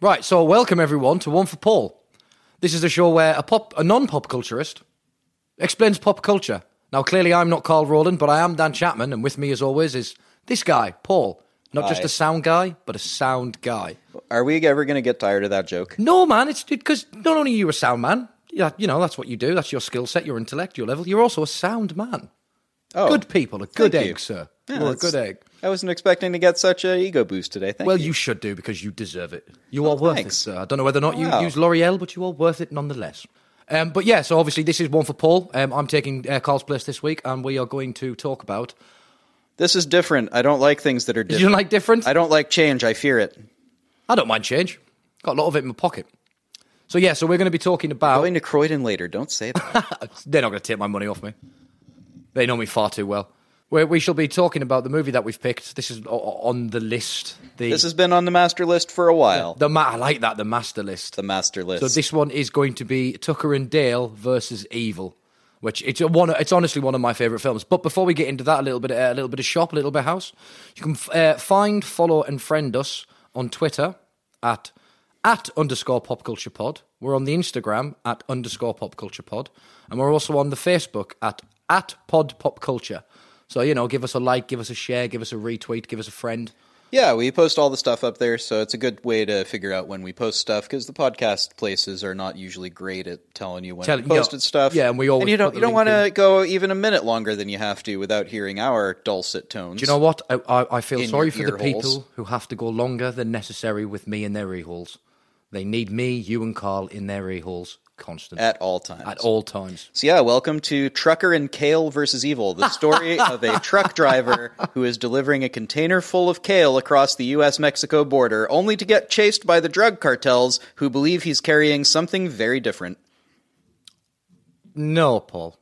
Right, so welcome everyone to One for Paul. This is a show where a pop, a non-pop culturist explains pop culture. Now, clearly, I'm not Carl Rowland, but I am Dan Chapman, and with me, as always, is this guy, Paul. Not just Hi. a sound guy, but a sound guy. Are we ever going to get tired of that joke? No, man, it's because not only are you a sound man, yeah, you know that's what you do. That's your skill set, your intellectual level. You're also a sound man. Oh, good people, a good thank egg, you. sir. Yeah, well, a that's- good egg. I wasn't expecting to get such an ego boost today. Thank Well, you. Oh, you should do because you deserve it. You are worth thanks. it, sir. I don't know whether or not you Wow. use L'Oreal, but you are worth it nonetheless. Um, but yeah, so obviously this is one for Paul. Um, I'm taking uh, Carl's place this week, and we are going to talk about. This is different. I don't like things that are Do different. you like different? I don't like change. I fear it. I don't mind change. Got a lot of it in my pocket. So yeah, so we're going to be talking about. Going to Croydon later. Don't say that. They're not going to take my money off me. They know me far too well. we we shall be talking about the movie that we've picked. This is o- o- on the list. The, this has been on the master list for a while. the ma- I like that the master list. The master list. So this one is going to be Tucker and Dale versus Evil, which it's a one. It's honestly one of my favorite films. But before we get into that, a little bit, uh, a little bit of shop, a little bit of house. You can f- uh, find, follow, and friend us on Twitter at at underscore pop culture pod. We're on the Instagram at underscore pop culture pod, and we're also on the Facebook at at pod pop culture. So you know, give us a like, give us a share, give us a retweet, give us a friend. yeah, we post all the stuff up there, so it's a good way to figure out when we post stuff because the podcast places are not usually great at telling you when Tell- we posted yeah. stuff. Yeah, and we always you put don't the you don't link want to go even a minute longer than you have to without hearing our dulcet tones. Do you know what? I, I, I feel In sorry your for the ear holes. people who have to go longer than necessary with me in their ear holes. They need me, you, and Carl in their ear holes constantly At all times. at all times. So yeah, welcome to Trucker and Kale versus Evil, the story of a truck driver who is delivering a container full of kale across the US Mexico border only to get chased by the drug cartels who believe he's carrying something very different. No, Paul.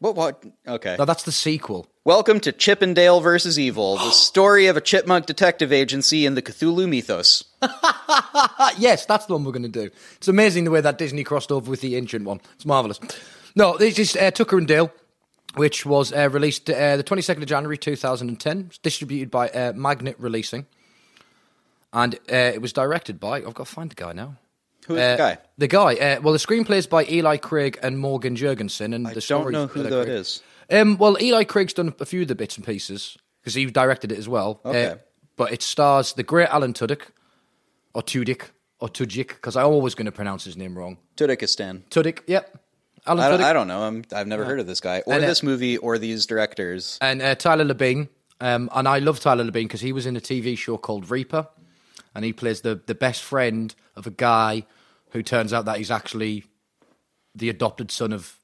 What what okay. Now that's the sequel. Welcome to Chippendale versus Evil, the story of a chipmunk detective agency in the Cthulhu mythos. Ah, yes, that's the one we're going to do. It's amazing the way that Disney crossed over with the ancient one. It's marvelous. No, this is uh, Tucker and Dale, which was uh, released uh, the twenty second of January two thousand and ten. It's distributed by uh, Magnet Releasing, and uh, it was directed by. I've got to find the guy now. Who's Uh, the guy? The guy. Uh, well, the screenplay is by Eli Craig and Morgan Jurgensen, and the Don't story. know who that is. Um, well, Eli Craig's done a few of the bits and pieces because he directed it as well. Uh, Okay. but it stars the great Alan Tudyk, or Tudyk, or Tudyk, because I'm always going to pronounce his name wrong. Tudikistan. Tudyk. Yep. Alan I don't, Tudyk I don't know. I'm, I've never heard of this guy or And, uh, this movie or these directors. and uh, Tyler Labine. Um, and I love Tyler Labine because he was in a TV show called Reaper, and he plays the the best friend of a guy who turns out that he's actually the adopted son of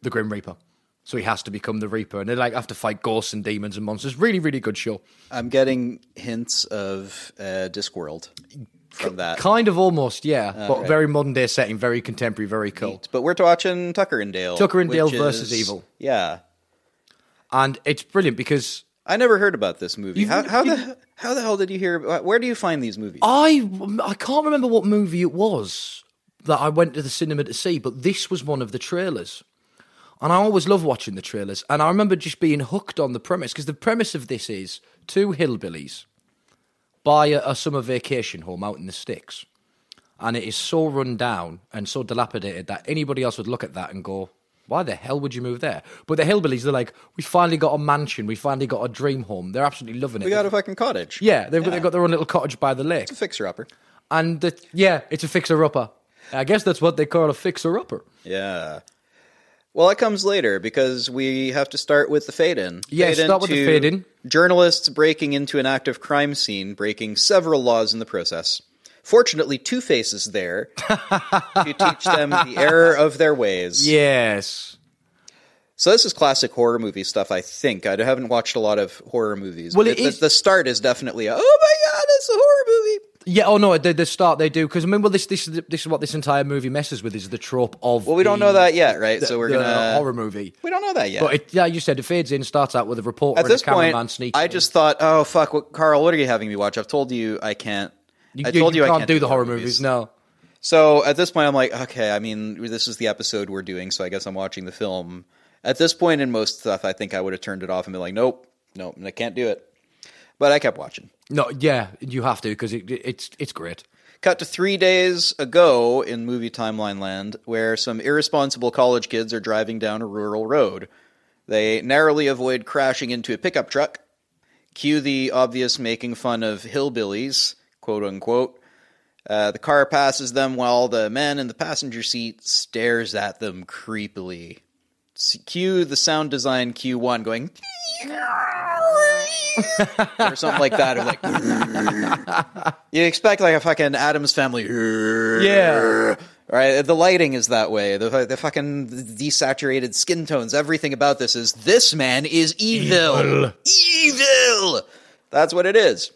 the Grim Reaper. So he has to become the Reaper, and they like have to fight ghosts and demons and monsters. Really, really good show. I'm getting hints of uh, Discworld from that. Kind of almost, yeah, but right. very modern day setting, very contemporary, very cool. But we're watching Tucker and Dale. Tucker and which Dale versus Evil. Yeah, And it's brilliant because I never heard about this movie. You've- How, how the how the hell did you hear? Where do you find these movies? I I can't remember what movie it was that I went to the cinema to see, but this was one of the trailers. And I always love watching the trailers. And I remember just being hooked on the premise because the premise of this is two hillbillies buy a, a summer vacation home out in the sticks. And it is so run down and so dilapidated that anybody else would look at that and go, why the hell would you move there? But the hillbillies, they're like, we finally got a mansion. We finally got a dream home. They're absolutely loving it. we got a fucking cottage. yeah, they've, got they've got their own little cottage by the lake. fixer upper. And the, yeah, it's a fixer upper. I guess that's what they call a fixer upper. Yeah. Well, that comes later because we have to start with the fade in. Yeah, start with the fade-in. Journalists breaking into an active crime scene, breaking several laws in the process. Fortunately, Two Face is there to teach them the error of their ways. Yes. So this is classic horror movie stuff. I think I haven't watched a lot of horror movies. Well, but it the, is- the start is definitely a, oh my god, it's a horror movie. Yeah. Oh no, the, the start they do because I mean, well, this this is the- this is what this entire movie messes with is the trope of. Well, we don't know that yet, right? so we're the gonna horror movie. We don't know that yet. But it, yeah, you said it fades in, starts out with a reporter At and this a cameraman point, sneaking. I just thought, oh fuck, what, Carl, what are you having me watch? I've told you I can't. in. I told you, can't I can't do the horror movies. No. So at this point, I'm like, okay, I mean, this is the episode we're doing, so I guess I'm watching the film. At this point in most stuff, I think I would have turned it off and been like, nope, nope, I can't do it. But I kept watching. No, yeah, you have to because it, it's it's great. Cut to three days ago in movie timeline land, where some irresponsible college kids are driving down a rural road. They narrowly avoid crashing into a pickup truck. Cue the obvious making fun of hillbillies, quote unquote. Uh, the car passes them while the man in the passenger seat stares at them creepily. S- Cue the sound design Q1 going or something like that, or like you expect like a fucking Adams Family. Yeah. Right, the lighting is that way. The the fucking desaturated skin tones, everything about this is this man is evil. Evil. That's what it is.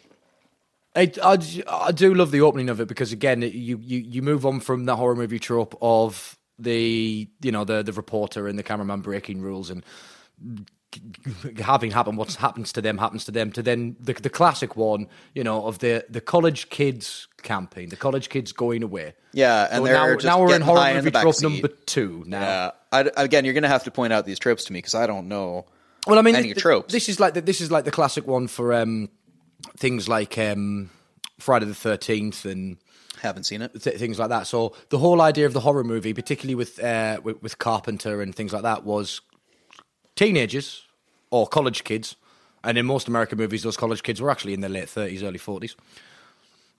I, I, I do love the opening of it because again, it- you, you you move on from the horror movie trope of the you know the the reporter and the cameraman breaking rules and having happen what happens to them happens to them to then the the classic one you know of the the college kids camping the college kids going away Yeah, and So they're now, just now we're in getting high horror in movie the trope backseat. number two now Yeah. Uh, I, again, you're gonna have to point out these tropes to me because I don't know. Well, I mean, any th- tropes. This is like the, this is like the classic one for um, things like um, Friday the Thirteenth and Haven't seen it. th- things like that. So the whole idea of the horror movie, particularly with uh, with, with Carpenter and things like that, was teenagers or college kids. And in most American movies, those college kids were actually in their late thirties, early forties,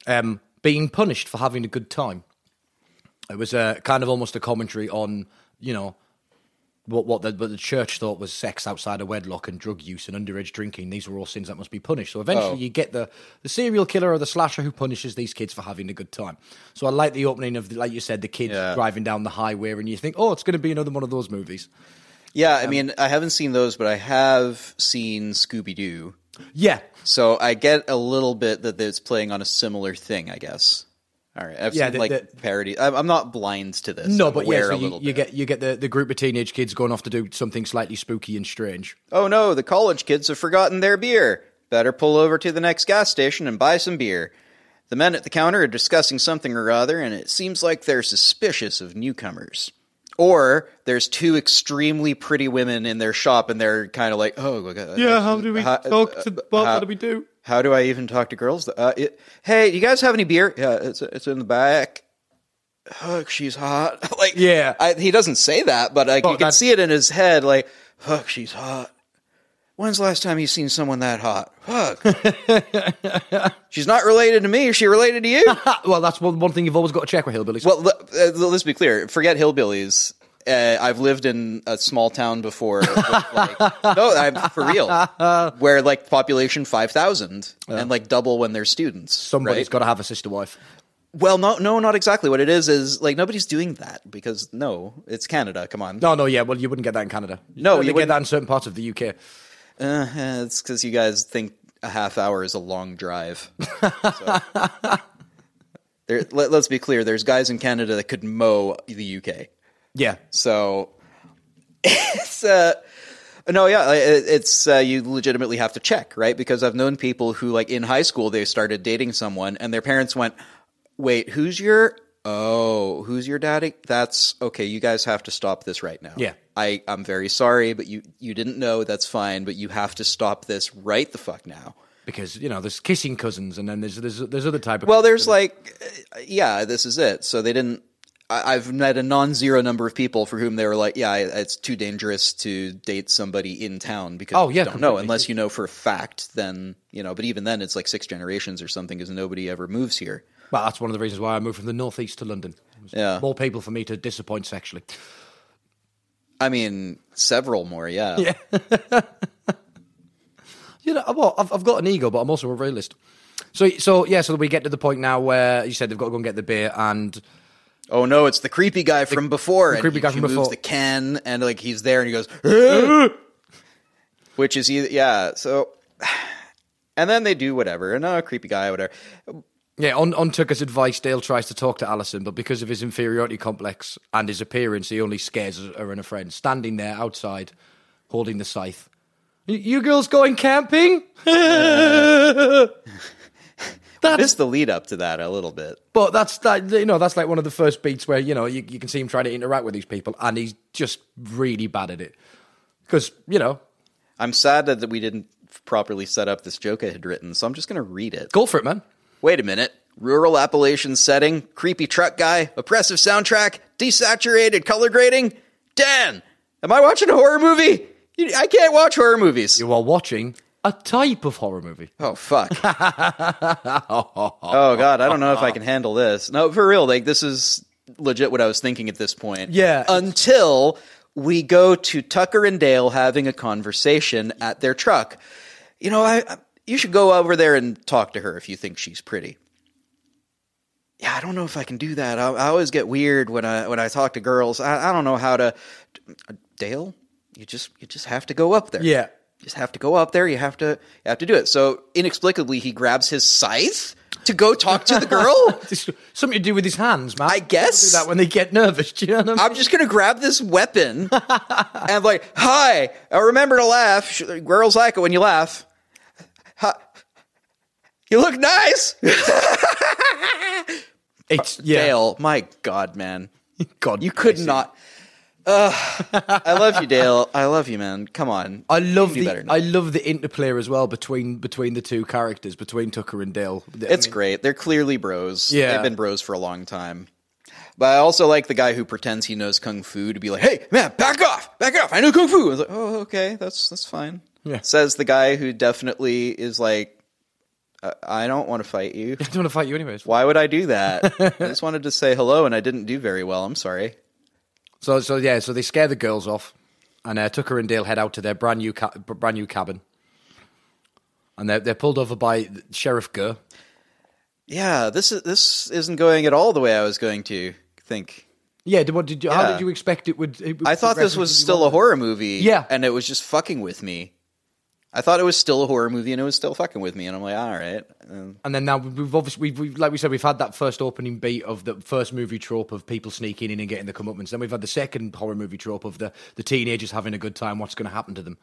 um, being punished for having a good time. It was a kind of almost a commentary on you know what what the, what the church thought was sex outside of wedlock and drug use and underage drinking. These were all sins that must be punished. So eventually, Oh. you get the the serial killer or the slasher who punishes these kids for having a good time. So I like the opening of the, like you said, the kids Yeah. driving down the highway, and you think, oh, it's going to be another one of those movies. Yeah, I mean, I haven't seen those, but I have seen Scooby Doo. Yeah, So I get a little bit that it's playing on a similar thing, I guess. All right, I've Yeah, seen the- like the- parody. I'm, I'm not blind to this. no, I'm but yeah, so aware a you, little you bit. get you get the the group of teenage kids going off to do something slightly spooky and strange. Oh no, the college kids have forgotten their beer. Better pull over to the next gas station and buy some beer. The men at the counter are discussing something or other, and it seems like they're suspicious of newcomers. Or there's two extremely pretty women in their shop, and they're kind of like, "Oh, look at uh, how- do? How do I even talk to girls? Uh, it, hey, do you guys have any beer? Yeah, it's it's in the back. Ugh, she's hot. like, Yeah. I, he doesn't say that, but like Oh, you can that- see it in his head. Like, ugh, she's hot. When's the last time you seen someone that hot? Fuck. she's not related to me. Is she related to you? well, that's one one thing you've always got to check with hillbillies. Well, le- uh, let's be clear. Forget hillbillies. Uh, I've lived in a small town before. with, like, no, I'm for real. Where like population five thousand and like double when they're students. Somebody's right? got to have a sister wife. well, no, no, not exactly. What it is is like nobody's doing that because no, it's Canada. Come on, No, no, yeah. Well, you wouldn't get that in Canada. No, you you get wouldn't. that in certain parts of the UK. Uh, it's because you guys think a half hour is a long drive. so. there, let, let's be clear. There's guys in Canada that could mow the UK. Yeah, So it's uh no, yeah, i- it's uh, you legitimately have to check, right? Because I've known people who, like in high school, they started dating someone, and their parents went, "Wait, who's your? Oh, who's your daddy? That's okay. You guys have to stop this right now. Yeah. I I'm very sorry, but you you didn't know. That's fine, but you have to stop this right the fuck now. because you know there's kissing cousins, and then there's there's there's other type of Well, there's like, uh, yeah, this is it. So they didn't. I, I've met a non-zero number of people for whom they were like, yeah, I- it's too dangerous to date somebody in town because Oh, you yeah, don't know completely. unless you know for a fact. Then you know, but even then, it's like six generations or something because nobody ever moves here. Well, that's one of the reasons why I moved from the northeast to London. Yeah. more people for me to disappoint sexually. I mean, several more, yeah. You know what? I've, I've got an ego, but I'm also a realist. So, so yeah. So we get to the point now where you said they've got to go and get the beer, and Oh no, it's the creepy guy from before. and creepy he- guy she from before. moves the can, and like he's there, and he goes, "Ugh!" which is either, yeah. So, and then they do whatever, and uh, creepy guy, whatever. yeah, on on Tucker's advice, Dale tries to talk to Alison, but because of his inferiority complex and his appearance, he only scares her and her friend standing there outside, holding the scythe. "You- You girls going camping? missed the lead up to that a little bit. But that's that. You know, that's like one of the first beats where you know you, you can see him trying to interact with these people, and he's just really bad at it because you know I'm sad that that we didn't properly set up this joke I had written, so I'm just going to read it. Go for it, man. Wait a minute. Rural Appalachian setting, creepy truck guy, oppressive soundtrack, desaturated color grading. Dan, am I watching a horror movie? You, I can't watch horror movies. You are watching a type of horror movie. Oh fuck. oh god, I don't know if I can handle this. No, for real, like this is legit what I was thinking at this point. Yeah. Until we go to Tucker and Dale having a conversation at their truck. You know, I, I you should go over there and talk to her if you think she's pretty. Yeah, I don't know if I can do that. I, I always get weird when I when I talk to girls. I, I don't know how to. Dale, you just you just have to go up there Yeah. just have to go up there. You have to you have to do it. So inexplicably, he grabs his scythe to go talk to the girl. This- something to do with his hands, man. I guess. People do that when they get nervous. Do you know what I mean? I'm just gonna grab this weapon and I'm like, "Hi, uh, remember to laugh. Sh- Girls like it when you laugh. Hi. You look nice, it's yeah. Dale. My God, man, God, you could not. Ugh. I love you, Dale. I love you, man. Come on. I love You do better the than I love the interplay as well between between the two characters between Tucker and Dale. I It's mean, great. They're clearly bros. Yeah. They've been bros for a long time. But I also like the guy who pretends he knows kung fu to be like, "Hey, man, back off, back off! I know kung fu." I was like, "Oh, okay, that's that's fine." Yeah. Says the guy who definitely is like, "I- "I don't want to fight you. I don't want to fight you anyways. Why would I do that? I just wanted to say hello, and I didn't do very well. I'm sorry." So so yeah, so they scare the girls off, and uh, Tucker and Dale head out to their brand new ca- brand new cabin, and they're they're pulled over by Sheriff Gurr. Yeah, this is this isn't going at all the way I was going to think. Yeah, did, what did you? How Yeah. did you expect it would? It would I thought this progress was as you still a wanted? horror movie. Yeah. And it was just fucking with me. I thought it was still a horror movie and it was still fucking with me. And I'm like, all right. Um, And then now we've obviously, we've, we've, like we said, we've had that first opening beat of the first movie trope of people sneaking in and getting the comeuppance. Then we've had the second horror movie trope of the, the teenagers having a good time. What's going to happen to them?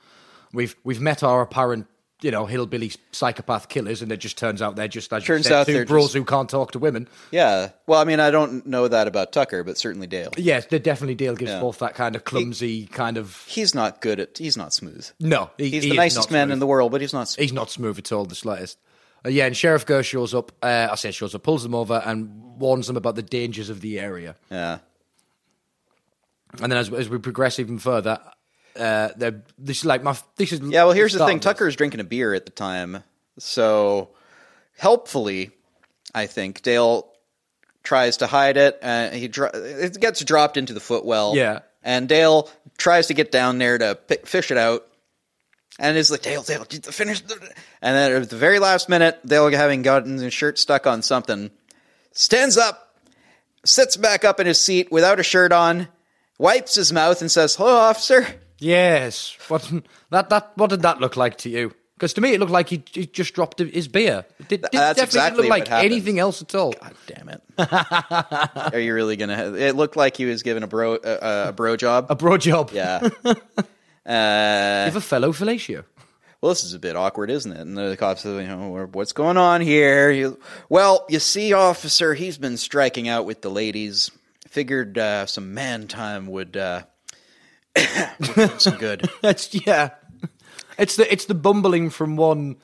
We've we've met our apparent, you know, hillbilly psychopath killers, and it just turns out they're just as you Turns said, out two they're bros just- who can't talk to women. yeah. Well, I mean, I don't know that about Tucker, but certainly Dale. Yes, they definitely Dale gives Yeah. forth that kind of clumsy kind of He's not good at, he's not smooth. no. he- He's he is the nicest not man smooth. in the world, but he's not smooth. He's not smooth at all, the slightest. Uh, yeah, and Sheriff Gurr shows up. Uh, I say shows up, pulls them over and warns them about the dangers of the area. Yeah. And then as, as we progress even further, uh, they're- this is like my f- this is Yeah. Well, here's the start thing of this. Tucker's drinking a beer at the time. So helpfully, I think Dale tries to hide it. Uh, he dro- it gets dropped into the footwell. Yeah. and Dale tries to get down there to pick, fish it out, and is like, "Dale, Dale, did the finish." the-" And then at the very last minute, Dale, having gotten his shirt stuck on something, stands up, sits back up in his seat without a shirt on, wipes his mouth, and says, "Hello, officer." Yes, what that that what did that look like to you? Because to me, it looked like he, he just dropped his beer. It did, did, That's definitely exactly didn't what look like happened. anything else at all. God damn it! Are you really gonna? Have, it looked like he was given a bro uh, a bro job. A bro job. Yeah. Uh, Give a fellow fellatio. well, this is a bit awkward, isn't it? And the cops are like, oh, what's going on here? You, well, you see, officer, he's been striking out with the ladies. Figured uh, some man time would uh, would do him some good. That's yeah. It's the it's the bumbling from one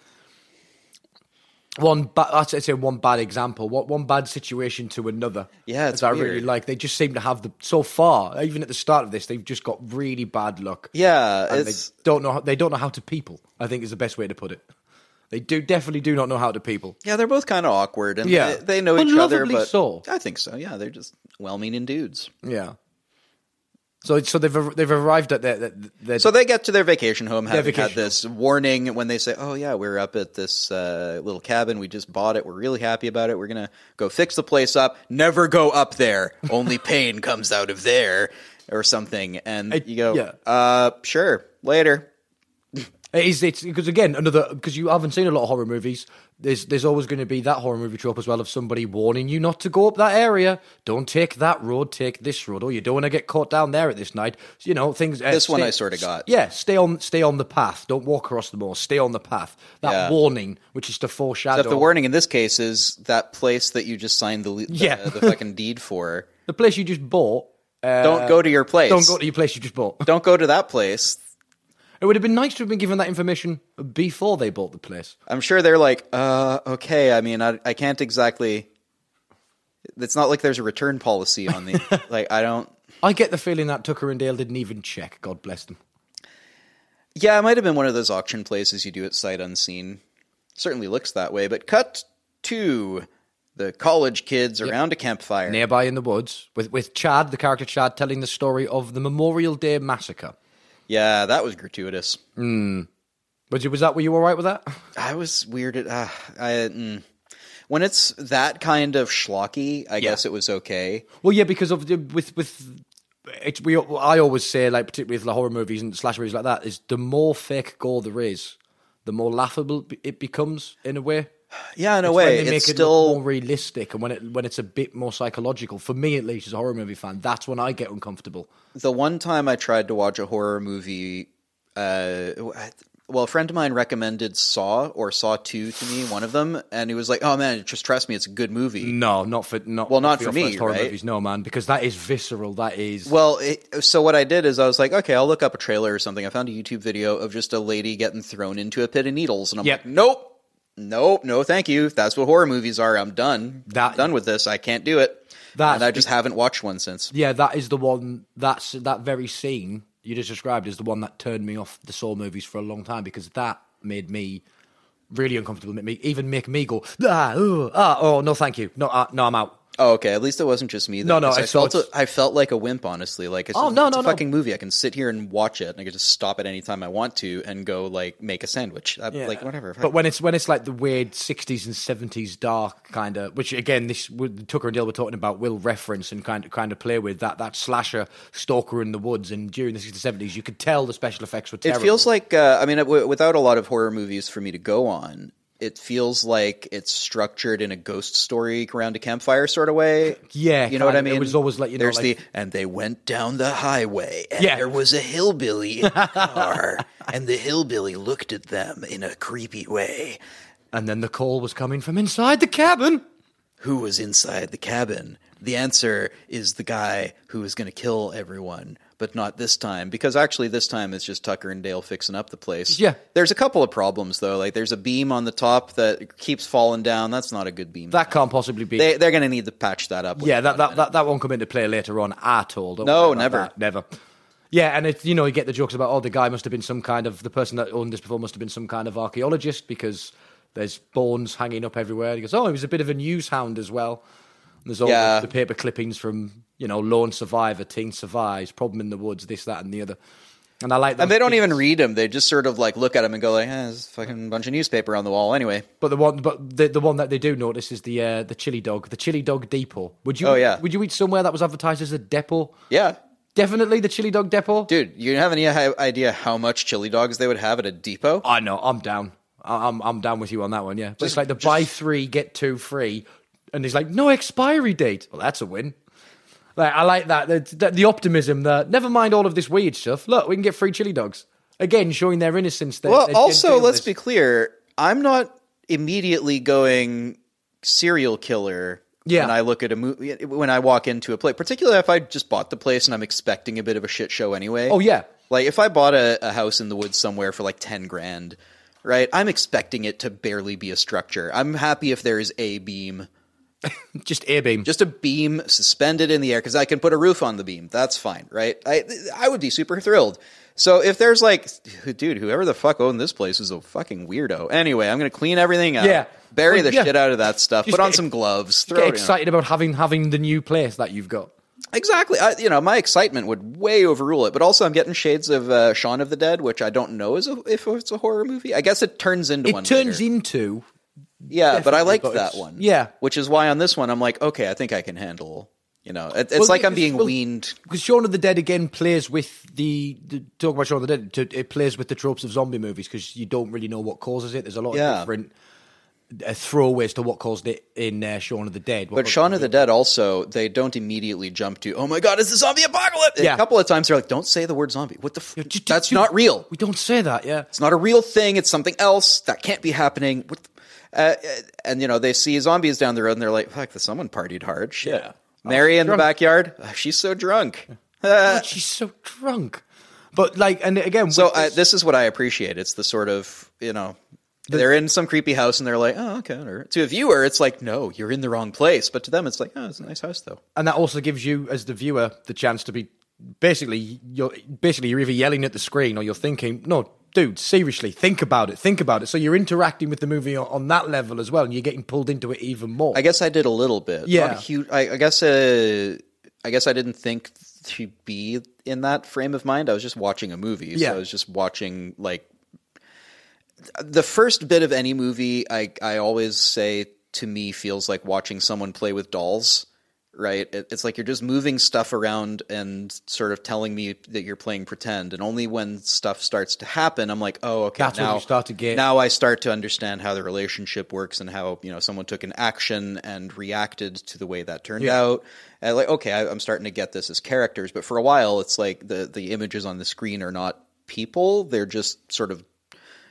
one bad I'd say one bad example, what one bad situation to another. Yeah, it's that I weird. really like. They just seem to have the so far, even at the start of this, they've just got really bad luck. Yeah, and they it's don't know how, they don't know how to people. I think is the best way to put it. They do definitely do not know how to people. yeah, they're both kind of awkward, and Yeah. they, they know But each other. lovably But so. I think so. Yeah, they're just well-meaning dudes. Yeah. So so they've ar- they've arrived at their, their, their So they get to their vacation home having vacation had this warning when they say, "Oh yeah, we're up at this uh, little cabin. We just bought it. We're really happy about it. We're gonna go fix the place up. Never go up there. Only pain comes out of there, or something." And you go, yeah. "Uh, sure, later." It is it's because again another because you haven't seen a lot of horror movies. There's there's always going to be that horror movie trope as well of somebody warning you not to go up that area. Don't take that road. Take this road. Or you don't want to get caught down there at this night. You know things. uh, This one stay- I sorta got. Yeah, stay on stay on the path. Don't walk across the moor. Stay on the path. That Yeah. warning, which is to foreshadow But the warning in this case is that place that you just signed the le- the, Yeah. the fucking deed for. the place you just bought. Uh, Don't go to your place. don't go to your place you just bought. Don't go to that place. It would have been nice to have been given that information before they bought the place. I'm sure they're like, uh, okay. I mean, I, I can't exactly. It's not like there's a return policy on the. like, I don't. I get the feeling that Tucker and Dale didn't even check. God bless them. Yeah, it might have been one of those auction places you do at sight unseen. Certainly looks that way. But cut to the college kids around a campfire. Nearby in the woods, with, with Chad, the character Chad, telling the story of the Memorial Day massacre. Yeah, that was gratuitous. But was that were you all right with that? I was weirded. Uh, I, mm. When it's that kind of schlocky, I guess it was okay. Well, yeah, because of the, with with it's we. I always say, like particularly with the horror movies and slash movies like that, is the more fake gore there is, the more laughable it becomes in a way. Yeah, in a It's way, when they make it's it look still more realistic, and when it when it's a bit more psychological. For me, at least, as a horror movie fan, that's when I get uncomfortable. the one time I tried to watch a horror movie, uh, well, a friend of mine recommended Saw or Saw Two to me, one of them, and he was like, "Oh man, just trust me, it's a good movie." No, not for not Well, not for your me, first horror right? movies. No, man, because that is visceral. That is Well, it, so what I did is I was like, "Okay, I'll look up a trailer or something." I found a YouTube video of just a lady getting thrown into a pit of needles, and I'm Yep. like, "Nope." Nope, no, thank you. That's what horror movies are. I'm done. That- Ah, done with this. I can't do it. That's and I just haven't watched one since. yeah, that is the one. That's that very scene you just described is the one that turned me off the Saw movies for a long time because that made me really uncomfortable. Made me even make me go ah, ooh, ah oh no, thank you, no, ah, no, I'm out. Oh, okay. At least it wasn't just No, me. though, no, 'cause I it's- so felt a, it's- I felt like a wimp, honestly. Like, it's, Oh, just- no, it's no, a no. fucking movie. I can sit here and watch it, and I can just stop at any time I want to and go like make a sandwich, I, like whatever. But when it's when it's like the weird '60s and '70s dark kind of, which again, this would- Tucker and Dale were talking about will reference and kind of kind of play with that that slasher stalker in the woods. And during the '60s and '70s, you could tell the special effects were it terrible. feels like, uh, I mean, w- without a lot of horror movies for me to go on, it feels like it's structured in a ghost story around a campfire sort of way. Yeah, you know what I kind of. mean. It was always like, you know, there's like- the and they went down the highway, and Yeah. there was a hillbilly in the car, and the hillbilly looked at them in a creepy way. and then the call was coming from inside the cabin. who was inside the cabin? The answer is the guy who is going to kill everyone, but not this time because actually this time it's just Tucker and Dale fixing up the place. Yeah. There's a couple of problems though. Like there's a beam on the top that keeps falling down. That's not a good beam. That can't possibly be. they they're going to need to patch that up. yeah, that, that, that, that won't come into play later on at all. Don't No, worry about never. that. Never. Yeah, and it's, you know, you get the jokes about, oh, the guy must have been some kind of, the person that owned this before must have been some kind of archaeologist because there's bones hanging up everywhere. He goes, oh, he was a bit of a news hound as well. And there's all Yeah. the, the paper clippings from, you know, Lone Survivor, Teen Survives, Problem in the Woods, this, that, and the other. And I like that. And they don't even read them. They just sort of like look at them and go like, eh, "There's a fucking bunch of newspaper on the wall." Anyway, But the one, but the, the one that they do notice is the uh, the chili dog, the chili dog depot. Would you? Oh, yeah. Would you eat somewhere that was advertised as a depot? yeah, Definitely the chili dog depot. dude, you have any hi- idea how much chili dogs they would have at a depot? I know. I'm down. I- I'm I'm down with you on that one. Yeah, but it's like the buy three get two free, and it's like no expiry date. Well, that's a win. Like I like that the, the, the optimism. That never mind all of this weird stuff. Look, we can get free chili dogs again, showing their innocence. They're, Well, they're also, genteel let's this- be clear. I'm not immediately going serial killer Yeah. when I look at a movie, when I walk into a place, particularly if I just bought the place and I'm expecting a bit of a shit show anyway. Oh yeah, Like, if I bought a, a house in the woods somewhere for like 10 grand, right? I'm expecting it to barely be a structure. I'm happy if there is a beam, just airbeam. just a beam suspended in the air because I can put a roof on the beam. That's fine, right? I, I would be super thrilled. So if there's like, dude, whoever the fuck owned this place is a fucking weirdo. Anyway, I'm gonna clean everything up. Yeah. bury the Well, yeah. shit out of that stuff. Just put on get- some gloves. Throw get it in. excited about having having the new place that you've got. Exactly. I, you know, my excitement would way overrule it. But also, I'm getting shades of uh, Shaun of the Dead, which I don't know is a, if it's a horror movie. I guess it turns into one. It turns later. into yeah, but definitely, I liked but that it's- one. yeah. which is why on this one I'm like, okay, I think I can handle. You know, it, it's Well, like I'm because- being well, weaned because Shaun of the Dead again plays with the, the talk about Shaun of the Dead. to- It plays with the tropes of zombie movies because you don't really know what causes it. There's a lot Yeah. of different uh, throwaways to what caused it in uh, Shaun of the Dead. What But caused- Shaun of the Dead also, they don't immediately jump to, oh my god, it's the zombie apocalypse. Yeah. A couple of times they're like, don't say the word zombie. What the? F- Ju- ju- that's ju- not real. We don't say that. Yeah, It's not a real thing. It's something else that can't be happening. What the- uh, uh, and you know, they see zombies down the road and they're like, fuck, someone partied hard. Shit. Yeah. Mary in the drunk. backyard, "Ah, she's so drunk. Uh, God, she's so drunk. But like, and again, So uh, with I, this is what I appreciate. It's the sort of you know they're in some creepy house and they're like, oh okay. Or, to a viewer, it's like, no, you're in the wrong place. But to them, it's like, oh, it's a nice house though. and that also gives you as the viewer the chance to be basically you're basically you're either yelling at the screen or you're thinking no dude seriously think about it think about it so you're interacting with the movie on, on that level as well and you're getting pulled into it even more I guess I did a little bit. Yeah. Not a huge. I, I guess. Uh, I guess I didn't think to be in that frame of mind. I was just watching a movie. Yeah. So I was just watching like the first bit of any movie. I I always say to me feels like watching someone play with dolls. Right, It- it's like you're just moving stuff around and sort of telling me that you're playing pretend. And only when stuff starts to happen, I'm like, oh, okay. That's when now you start to get- now I start to understand how the relationship works and how you know someone took an action and reacted to the way that turned out. And like, okay, I, I'm starting to get this as characters, but for a while, it's like the the images on the screen are not people; they're just sort of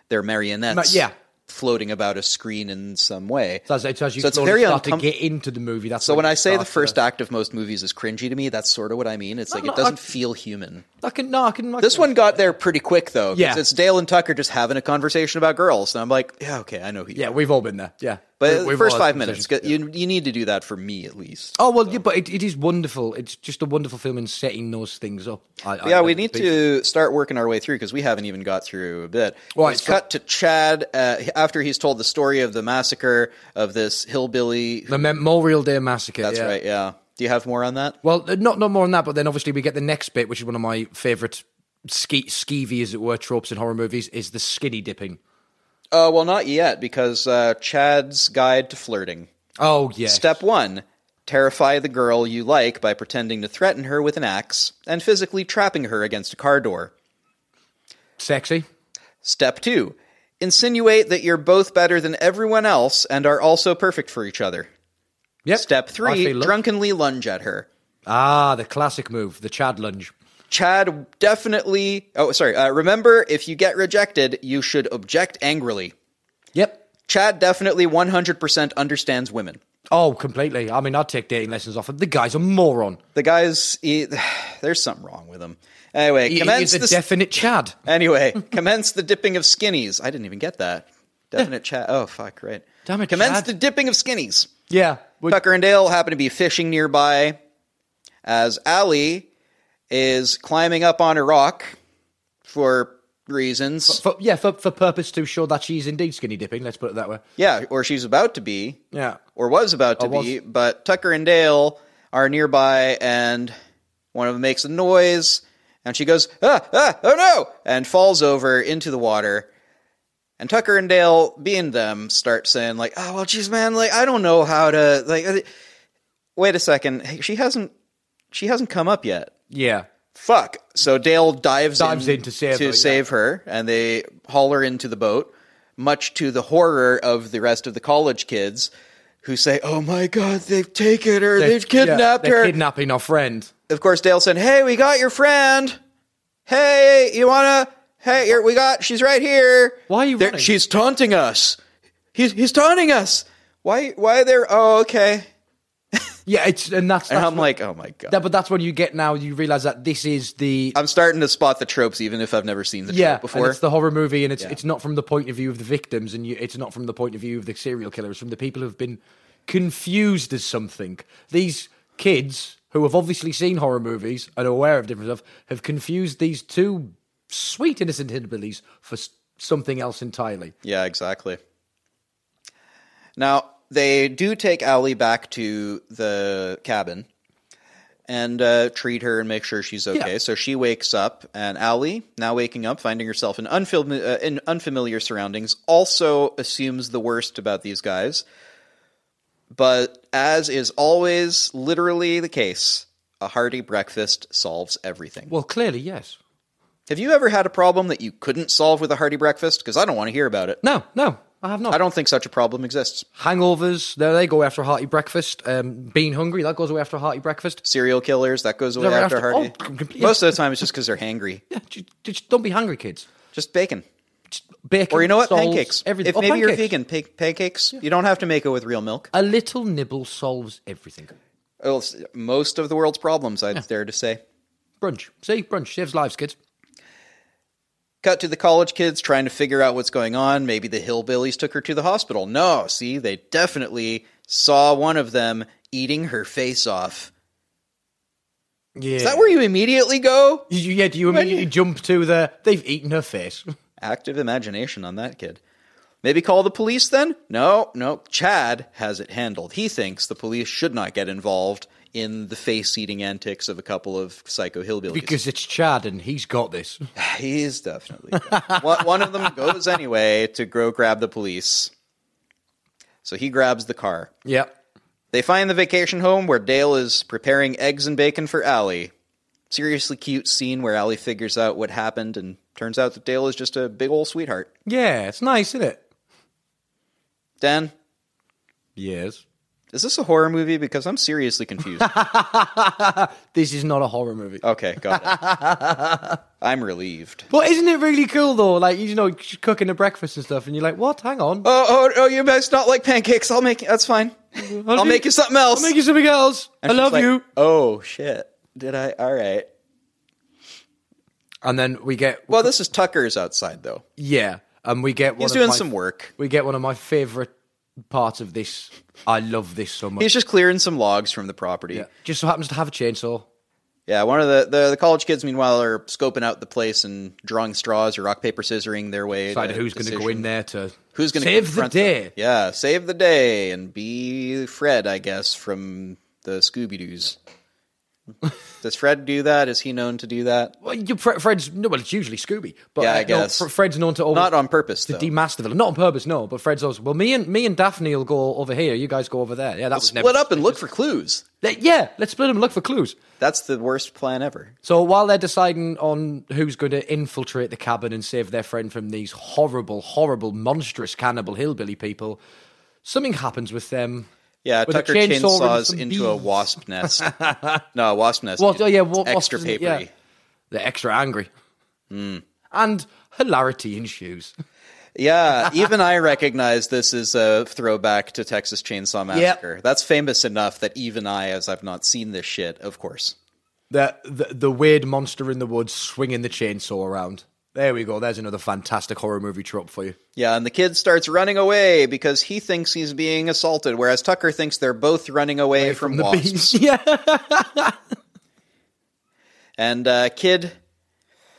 they're marionettes, Ma- yeah. floating about a screen in some way. so as, so as you So it's slowly very start uncom- to get into the movie that's so when you I say the start to- first act of most movies is cringy to me, that's sort of what I mean. It's like no, it doesn't I- feel human. I can no I can I This can- one got there pretty quick though. 'cause Yeah. it's Dale and Tucker just having a conversation about girls, and I'm like, yeah, okay, I know who. You yeah we've all been there yeah But We- the we've first all had five that minutes, conversation. you you need to do that for me at least. oh well yeah, but it, it is wonderful it's just a wonderful film in setting those things up I, I yeah, we love it. need to start working our way through because we haven't even got through a bit. Right, It's so- cut to Chad uh, after he's told the story of the massacre of this hillbilly. the Memorial Day Massacre That's right. Yeah. Do you have more on that? Well, uh, not not more on that, but then obviously we get the next bit, which is one of my favourite ski, skeevy, as it were, tropes in horror movies, is the skinny dipping. Uh, well, not yet because uh, Chad's guide to flirting. Oh yeah, Step one: terrify the girl you like by pretending to threaten her with an axe and physically trapping her against a car door. sexy. Step two insinuate that you're both better than everyone else and are also perfect for each other. Yep. Step I three feel love. drunkenly lunge at her. Ah, the classic move, the Chad lunge. Chad definitely. Oh, sorry. Uh, remember, if you get rejected, you should object angrily. Yep. Chad definitely 100% understands women. Oh, completely. I mean, I'd take dating lessons off him. The guy's a moron. The guy's. He, there's something wrong with him. Anyway, He commence is a the. definite Chad. Anyway, commence the dipping of skinnies. I didn't even get that. Definite Chad. Oh, fuck, right. Damn it, Commence Chad. the dipping of skinnies. Yeah. Would- Tucker and Dale happen to be fishing nearby as Allie is climbing up on a rock for reasons. for, yeah, for, for purpose to show that she's indeed skinny dipping. Let's put it that way. Yeah, or she's about to be, Yeah. or was about to was. be, but Tucker and Dale are nearby and one of them makes a noise and she goes, ah, ah, oh no, and falls over into the water. And Tucker and Dale, being them, start saying like, "Oh well, geez, man, like I don't know how to like." uh, Wait a second, hey, she hasn't, she hasn't come up yet. Yeah. Fuck. So Dale dives, Dives in to save to her, yeah. save her, and they haul her into the boat, much to the horror of the rest of the college kids, who say, "Oh my god, they've taken her, they've, kidnapped yeah, they're her." Kidnapping our friend. of course, Dale said, "Hey, we got your friend. Hey, you wanna? Hey, here we got. She's right here. Why are you There- running? She's taunting us. He's he's taunting us. Why? Why they're? Oh, okay. Yeah, it's and that's, And that's I'm like, oh my god. Yeah, but that's when you get now. You realize that this is the I'm starting to spot the tropes, even if I've never seen the yeah, trope before. And it's the horror movie, and it's it's not from the point of view of the victims, and you, it's not from the point of view of the serial killer. It's from the people who've been confused as something. These kids who have obviously seen horror movies and are aware of different stuff have confused these two sweet innocent hillbillies for s- something else entirely. Yeah, exactly. Now they do take Allie back to the cabin and uh, treat her and make sure she's okay. Yeah. So she wakes up, and Allie, now waking up, finding herself in, unfam- uh, in unfamiliar surroundings, also assumes the worst about these guys. But as is always, literally the case, a hearty breakfast solves everything. Well, clearly, yes. Have you ever had a problem that you couldn't solve with a hearty breakfast? Because I don't want to hear about it. No, no, I have not. I don't think such a problem exists. Uh, Hangovers, there they go after a hearty breakfast. Um, being hungry, that goes away after a hearty breakfast. serial killers that goes away that right after, after- Hardy. oh, com- completely. Most of the time, it's just because they're hangry. Yeah, just, just don't be hungry, kids. Just bacon, Bacon, or you know what, soles, pancakes. Everything. If Oh, maybe you're pancakes. vegan, pa- pancakes. You don't have to make it with real milk. A little nibble solves everything. Well, s- Most of the world's problems, I'd dare to say. Brunch. See, brunch saves lives, kids. Cut to the college kids trying to figure out what's going on. Maybe the hillbillies took her to the hospital. No, see, they definitely saw one of them eating her face off. Yeah. Is that where you immediately go? You, yeah, do you immediately jump to the they've eaten her face? Active imagination on that kid. Maybe call the police then? No, no. Chad has it handled. He thinks the police should not get involved in the face eating antics of a couple of psycho hillbillies. because it's Chad and he's got this. He's definitely dead. one, one of them goes anyway to go grab the police. So he grabs the car. Yeah. They find the vacation home where Dale is preparing eggs and bacon for Allie. Seriously cute scene where Allie figures out what happened and turns out that Dale is just a big old sweetheart. Yeah, it's nice, isn't it? Dan, Yes. is this a horror movie? Because I'm seriously confused. Ah, This is not a horror movie. okay, got it. I'm relieved. But isn't it really cool though? Like you know, she's cooking the breakfast and stuff, and you're like, "What? Hang on, Oh, oh, oh, you guys not like pancakes. I'll make that's fine. do- I'll make you something else. I'll make you something else. I And she's love like, you." Oh shit. Did I? All right. And then we get Well, this is Tucker's outside though. yeah, and we get one He's of doing my- some work. We get one of my favorite parts of this. I love this so much. He's just clearing some logs from the property. Yeah. Yeah. Just so happens to have a chainsaw. one of the, the the college kids meanwhile are scoping out the place and drawing straws or rock paper scissoring their way. Decide to who's going to go in decision. there to Who's going to save the day? Yeah, save the day and be Fred, I guess, from the Scooby Doo's. Does Fred do that? Is he known to do that? Well, you, Fred, Fred's no, well, it's usually Scooby, but Yeah, I no, guess. Fr- Fred's known to always Not on purpose to though. demaster the villain, not on purpose. No, but Fred's always well. Me and me and Daphne will go over here. You guys go over there. Yeah, that was Split never. up and look for clues. Let- yeah, let's split them and look for clues. That's the worst plan ever. So while they're deciding on who's going to infiltrate the cabin and save their friend from these horrible, horrible, monstrous cannibal hillbilly people, something happens with them. Yeah, With a Tucker chainsaw and chainsaws some into bees. a wasp nest. no, a wasp nest. Well, oh, yeah, It's what, extra what's- papery. Hmm. yeah. They're extra angry, and hilarity ensues. Yeah, even I recognize this is a throwback to Texas Chainsaw Massacre. That's famous enough that even I, as I've not seen this shit, of course. the, the the weird monster in the woods swinging the chainsaw around. There we go. There's another fantastic horror movie trope for you. Yeah, and the kid starts running away because he thinks he's being assaulted, whereas Tucker thinks they're both running away, from, the wasps. bees, yeah. And uh, kid,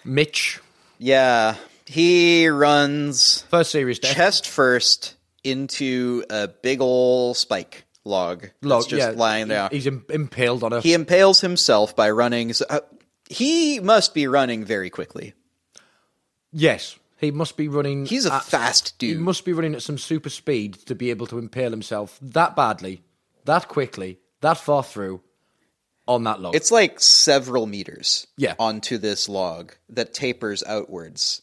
Mitch, yeah, he runs first series death. chest first into a big ol' spike log. Log, that's just yeah. lying He- there. He's im- impaled on a. He impales himself by running. s- Uh, he must be running very quickly. yes, he must be running. He's a at- fast Uh, He dude. must be running at some super speed to be able to impale himself that badly, that quickly, that far through, on that log. it's like several meters Yeah. onto this log that tapers outwards.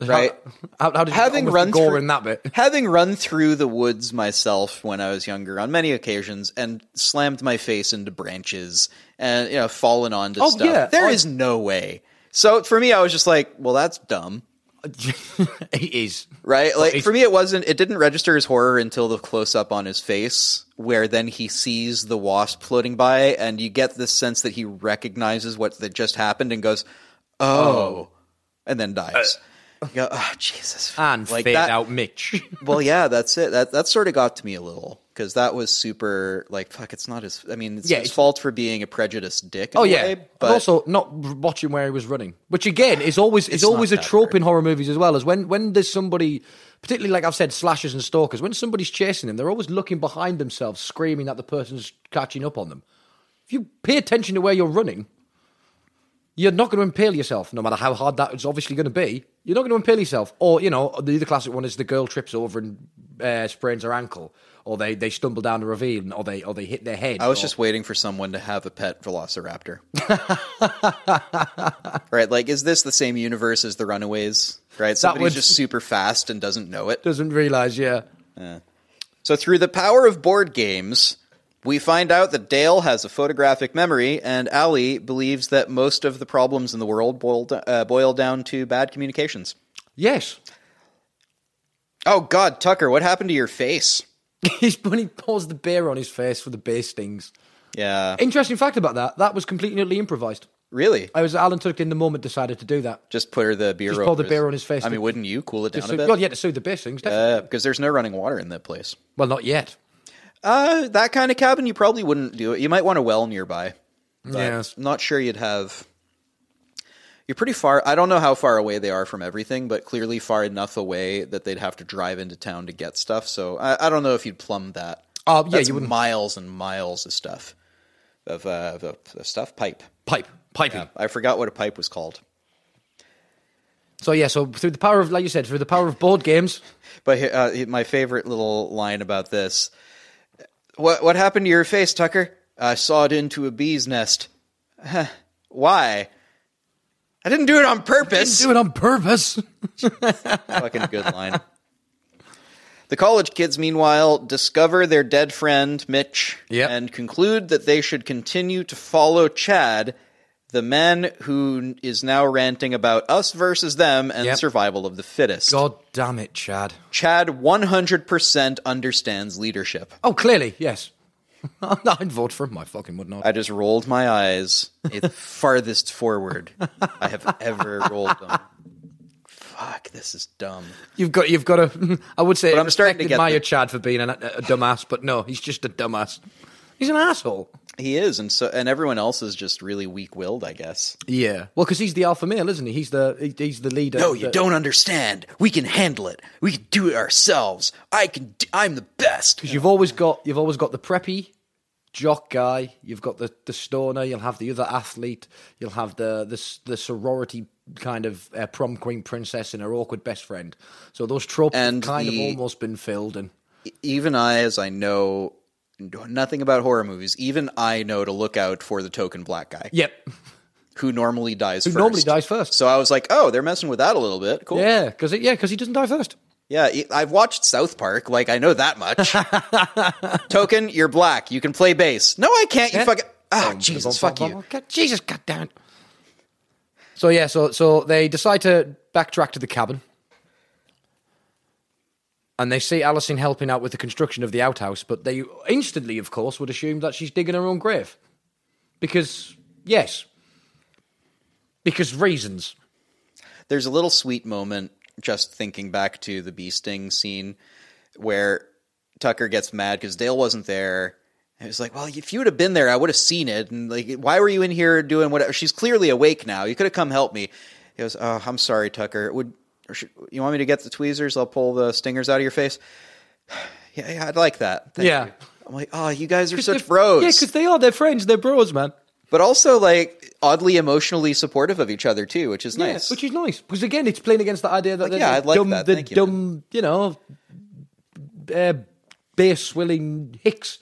right. How, how, how did Having you almost run gore through- in that bit? Having run through the woods myself when I was younger on many occasions and slammed my face into branches and you know fallen onto Oh, stuff, yeah. there I- is no way. So for me, I was just like, well, that's dumb. it is. right? Like it's- for me, it wasn't. It didn't register as horror until the close up on his face, where then he sees the wasp floating by, and you get this sense that he recognizes what that just happened and goes, "Oh,", and then Uh, dies. You go, oh Jesus! And Like fade that- out Mitch. well, yeah, that's it. That that sort of got to me a little because that was super. Like, fuck, it's not his. I mean, it's Yeah, his it's- fault for being a prejudiced dick. in Oh a yeah, way, but but also not r- watching where he was running, which again is always is not always a that trope hard. in horror movies as well. As when when there's somebody, particularly like I've said, slashers and stalkers, when somebody's chasing them, they're always looking behind themselves, screaming that the person's catching up on them. If you pay attention to where you're running, you're not going to impale yourself, no matter how hard that is obviously going to be. You're not going to impale yourself, or you know the other classic one is the girl trips over and uh, sprains her ankle, or they they stumble down a ravine, or they or they hit their head. I was or- just waiting for someone to have a pet velociraptor. right? Like, is this the same universe as the Runaways? Right? Somebody's would- just super fast and doesn't know it. doesn't realize, yeah. So, through the power of board games, we find out that Dale has a photographic memory, and Allie believes that most of the problems in the world boil, uh, boil down to bad communications. Yes. Oh, God, Tucker, what happened to your face? He's when he pours the beer on his face for the beer stings. Yeah. Interesting fact about that: that was completely and utterly improvised. Really? I was Alan Tudyk in the moment decided to do that. Just put her the beer. Just pour the overs. beer on his face I to- mean, wouldn't you cool it down So, a bit? well, yeah, to sue the Bissings. Definitely. because there's no running water in that place. well, not yet. Uh, that kind of cabin, you probably wouldn't do it. You might want a well nearby. But Yes. I'm not sure you'd have. You're pretty far. I don't know how far away they are from everything, but clearly far enough away that they'd have to drive into town to get stuff. So I, I don't know if you'd plumb that. Uh, yeah, That's you wouldn't. miles and miles of stuff, of uh, of, of stuff pipe. Pipe. Piping. I forgot what a pipe was called. So, yeah, so through the power of, like you said, through the power of board games. But uh, my favorite little line about this: "What what happened to your face, Tucker? I sawed into a bee's nest. Huh, Why? I didn't do it on purpose. Do it on purpose. Fucking good line." The college kids, meanwhile, discover their dead friend Mitch Yep. and conclude that they should continue to follow Chad, the man who is now ranting about us versus them and Yep. survival of the fittest. God damn it, Chad. Chad 100% understands leadership. Oh, clearly, yes. I'd vote for him. I fucking would not. I just rolled my eyes the farthest forward I have ever rolled them. Fuck, this is dumb. You've got, you've got to. I would say, I'm starting to respect get admire the- Chad for being an, a, a dumbass, but no, he's just a dumbass. He's an asshole. He is, and so and everyone else is just really weak-willed, I guess. Yeah. Well, because he's the alpha male, isn't he? He's the he- he's the leader. No, you The- don't understand. We can handle it. We can do it ourselves. I can. D- I'm the best. You've always got you've always got the preppy jock guy. You've got the the stoner. You'll have the other athlete. You'll have the the s- the sorority kind of uh, prom queen princess and her awkward best friend. So those tropes have And kind the- of almost been filled. And Even I, as I know nothing about horror movies, even I know to look out for the token black guy yep, who normally dies. first. normally dies first. So I was like, oh, they're messing with that a little bit. Cool. Yeah, because yeah, because he doesn't die first. Yeah, e- I've watched South Park. Like, I know that much. Token, you're black. You can play bass. No, I can't. You fucking. ah, Oh, Jesus, fuck you. God, Jesus, goddamn. So yeah, so so they decide to backtrack to the cabin, and they see Alison helping out with the construction of the outhouse. But they instantly, of course, would assume that she's digging her own grave, because yes, because reasons. There's a little sweet moment just thinking back to the bee sting scene where Tucker gets mad because Dale wasn't there. And he's like, well, if you would have been there, I would have seen it. And like, why were you in here doing whatever? She's clearly awake now. You could have come help me. He goes, oh, I'm sorry, Tucker. Would or should, you want me to get the tweezers? I'll pull the stingers out of your face. yeah, yeah, I'd like that. Thank Yeah. you. I'm like, oh, you guys are such They're- bros. Yeah, because they are. They're friends. They're bros, man. but also like oddly emotionally supportive of each other too, which is nice. Yeah, which is nice because again, it's playing against the idea that they're yeah, the I'd like dumb, that. the Thank you, dumb, you know, uh, beer swilling hicks.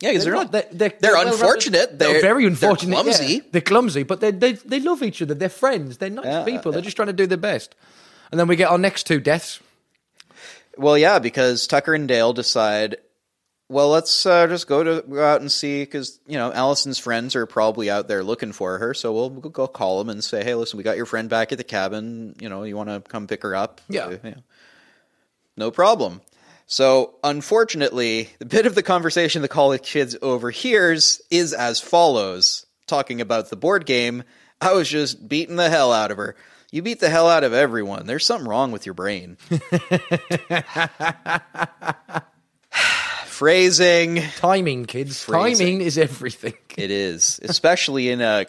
yeah, because they're, not- not. they're well-rounded. unfortunate. They're, very they're unfortunate. yeah. clumsy. They're clumsy, but they they they love each other. They're friends. They're nice Yeah, people. They're just trying to do their best. And then we get our next two deaths. Well, yeah, because Tucker and Dale decide. Well, let's uh, just go to go out and see because you know Allison's friends are probably out there looking for her. So we'll, we'll go call them and say, "Hey, listen, we got your friend back at the cabin. You know, you want to come pick her up?" Uh, Yeah. no problem. So, unfortunately, the bit of the conversation the college kids overhears is as follows: talking about the board game. I was just beating the hell out of her. You beat the hell out of everyone. There's something wrong with your brain. Phrasing. Timing, kids. Phrasing. Timing is everything. It is, especially in a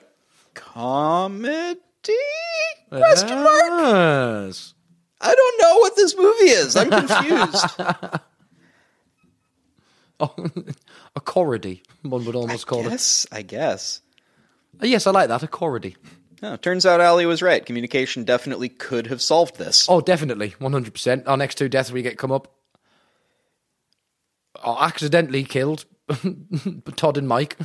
comedy question mark. Yes. I don't know what this movie is. I'm confused. A corridy, one would almost call it. yes, I guess. Yes, I like that. A corridy. Oh, turns out Ali was right. Communication definitely could have solved this. Oh, definitely, one hundred percent. Our next two deaths we get come up are accidentally killed, Todd and Mike.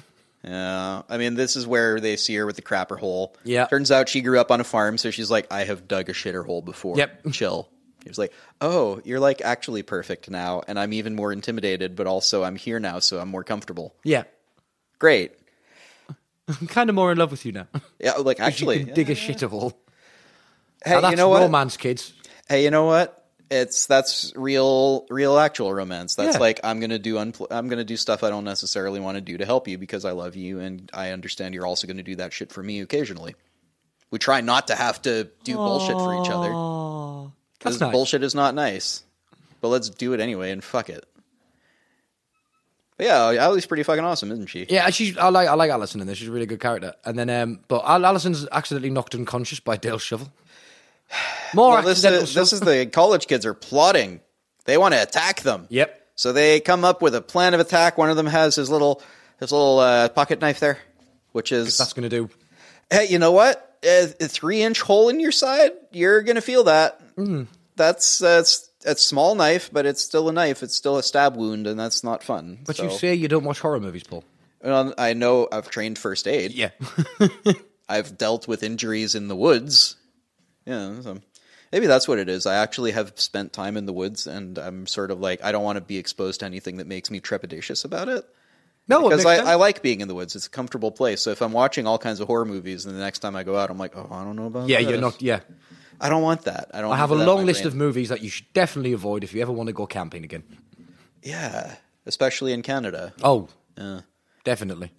Yeah, I mean, this is where they see her with the crapper hole. Yeah. Turns out she grew up on a farm, so she's like, I have dug a shitter hole before. Yep. Chill. He was like, Oh, you're like actually perfect now, and I'm even more intimidated, but also I'm here now, so I'm more comfortable. Yeah, Great. I'm kind of more in love with you now. Yeah, like you actually, can dig a shit hole. hey, Now, that's you know what? romance, kids. Hey, you know what? it's that's real real actual romance that's Yeah. like i'm gonna do unpl- i'm gonna do stuff i don't necessarily want to do to help you because i love you and i understand you're also gonna do that shit for me occasionally we try not to have to do bullshit for each other That's because nice. bullshit is not nice but let's do it anyway and fuck it but yeah ali's pretty fucking awesome isn't she Yeah, and she's I like I like Alison in this. She's a really good character. And then, um, but Al- Alison's accidentally knocked unconscious by Dale Shovel. More Well, this, accidental is, stuff. this is the college kids are plotting they want to attack them Yep. So they come up with a plan of attack. One of them has his little his little uh, pocket knife there, which That's is gonna do. hey, you know what? A, a three inch hole in your side, you're gonna feel that. Hmm. That's that's a small knife, but it's still a knife. It's still a stab wound, and that's not fun. But you So- say you don't watch horror movies, Paul. Well, I know I've trained first aid. Yeah. I've dealt with injuries in the woods. Yeah, so maybe that's what it is. I actually have spent time in the woods, and I'm sort of like I don't want to be exposed to anything that makes me trepidatious about it. No, because because I, I like being in the woods. It's a comfortable place. So if I'm watching all kinds of horror movies, and the next time I go out, I'm like, oh, I don't know about. yeah, this. you're not. Yeah, I don't want that. I don't. I have a long list of movies that you should definitely avoid if you ever want to go camping again. Yeah, especially in Canada. Oh, Yeah. definitely.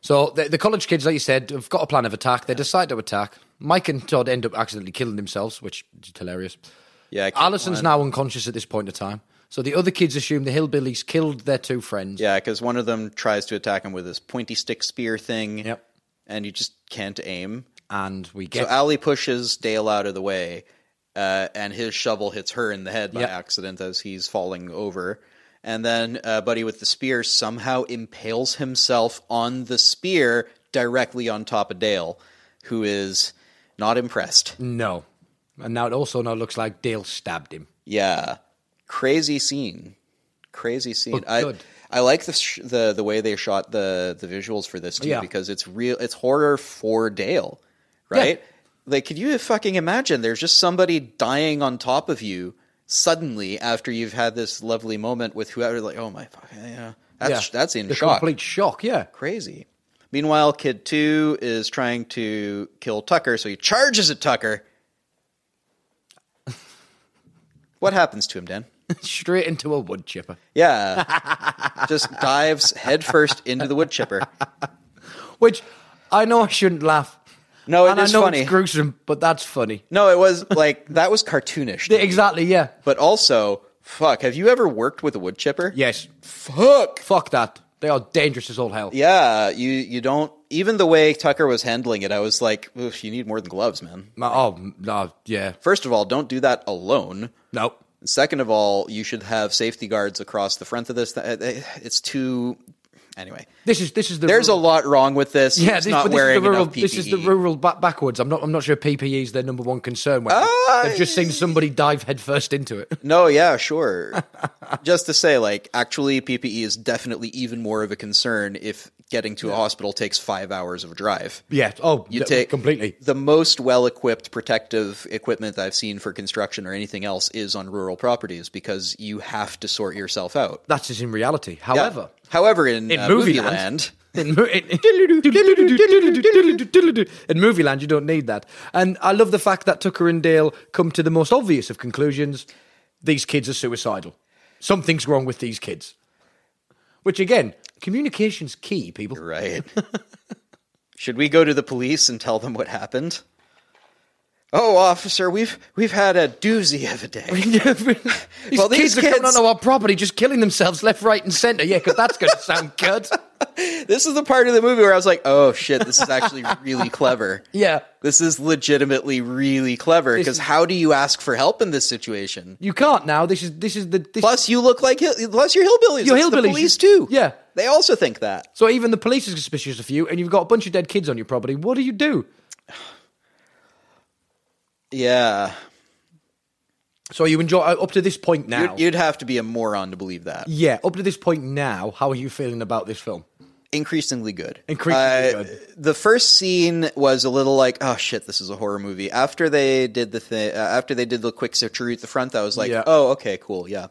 So the, the college kids, like you said, have got a plan of attack. They decide to attack. Mike and Todd end up accidentally killing themselves, which is hilarious. Yeah, I killed Alison's one. now unconscious at this point in time. So the other kids assume the hillbillies killed their two friends. Yeah, because one of them tries to attack him with this pointy stick spear thing. Yep. And you just can't aim. And we So uh, get Allie pushes Dale out of the way, uh, and his shovel hits her in the head by Yep. accident as he's falling over. And then uh, Buddy with the spear somehow impales himself on the spear directly on top of Dale, who is not impressed. no. And now it also now looks like Dale stabbed him. Yeah, crazy scene, crazy scene. But I good. I like the sh- the the way they shot the the visuals for this too Yeah. because it's real. It's horror for Dale, right? Yeah. Like, could you fucking imagine? There's just somebody dying on top of you suddenly after you've had this lovely moment with whoever. Like, oh my fuck, yeah, that's yeah. that's in the shock Complete shock. Yeah. crazy. Meanwhile, Kid Two is trying to kill Tucker, so he charges at Tucker. what happens to him, Dan? Straight into a wood chipper. Yeah, just dives headfirst into the wood chipper. Which I know I shouldn't laugh. No, it and I is know funny. it's gruesome, but that's funny. no, it was like that was cartoonish, Yeah, Exactly, yeah. but also fuck. Have you ever worked with a wood chipper? Yes. Fuck. Fuck that. They are dangerous as all hell. Yeah, you you don't even the way Tucker was handling it. I was like, Oof, you need more than gloves, man. Ma- Oh, no, yeah. First of all, don't do that alone. No. Second of all, you should have safety guards across the front of this. Th- eh, It's too. Anyway, This is this is the there's a rural- lot wrong with this. yeah, it's this, not but this wearing is the rural enough E. PPE. this is the rural ba- backwards. I'm not I'm not sure PPE is their number one concern when Ah, they've just seen somebody dive headfirst into it. No, yeah, sure. Just to say, like, actually, PPE is definitely even more of a concern if getting to a hospital takes five hours of a drive. Yeah. Oh, You d- take completely. the most well-equipped protective equipment I've seen for construction or anything else is on rural properties because you have to sort yourself out. That is in reality. Yeah. However, however, in, uh, movie movie land- land in, mo- in, in movie land, you don't need that. And I love the fact that Tucker and Dale come to the most obvious of conclusions: these kids are suicidal. Something's wrong with these kids. Which again, communication's key, people. Right. Should we go to the police and tell them what happened? Oh, officer, we've we've had a doozy of a day. these Well, these kids, are coming kids- onto our property, just killing themselves left, right, and centre. Yeah, because that's going to sound good. This is the part of the movie where I was like, "Oh shit, this is actually really clever." Yeah, This is legitimately really clever This because is- how do you ask for help in this situation? you can't now. This is this is the this Plus, you look like hill- plus you're hillbillies. You're It's The hillbillies. police too. Yeah. they also think that. So even the police is suspicious of you, and you've got a bunch of dead kids on your property. What do you do? Yeah, So you enjoy uh, up to this point now. you'd, you'd have to be a moron to believe that. yeah, up to this point now. How are you feeling about this film? increasingly good. Increasingly Uh, good. The first scene was a little like, oh shit, this is a horror movie. After they did the thing, uh, after they did the quick switcheroo at the front, I was like, Yeah. oh okay, cool, yeah.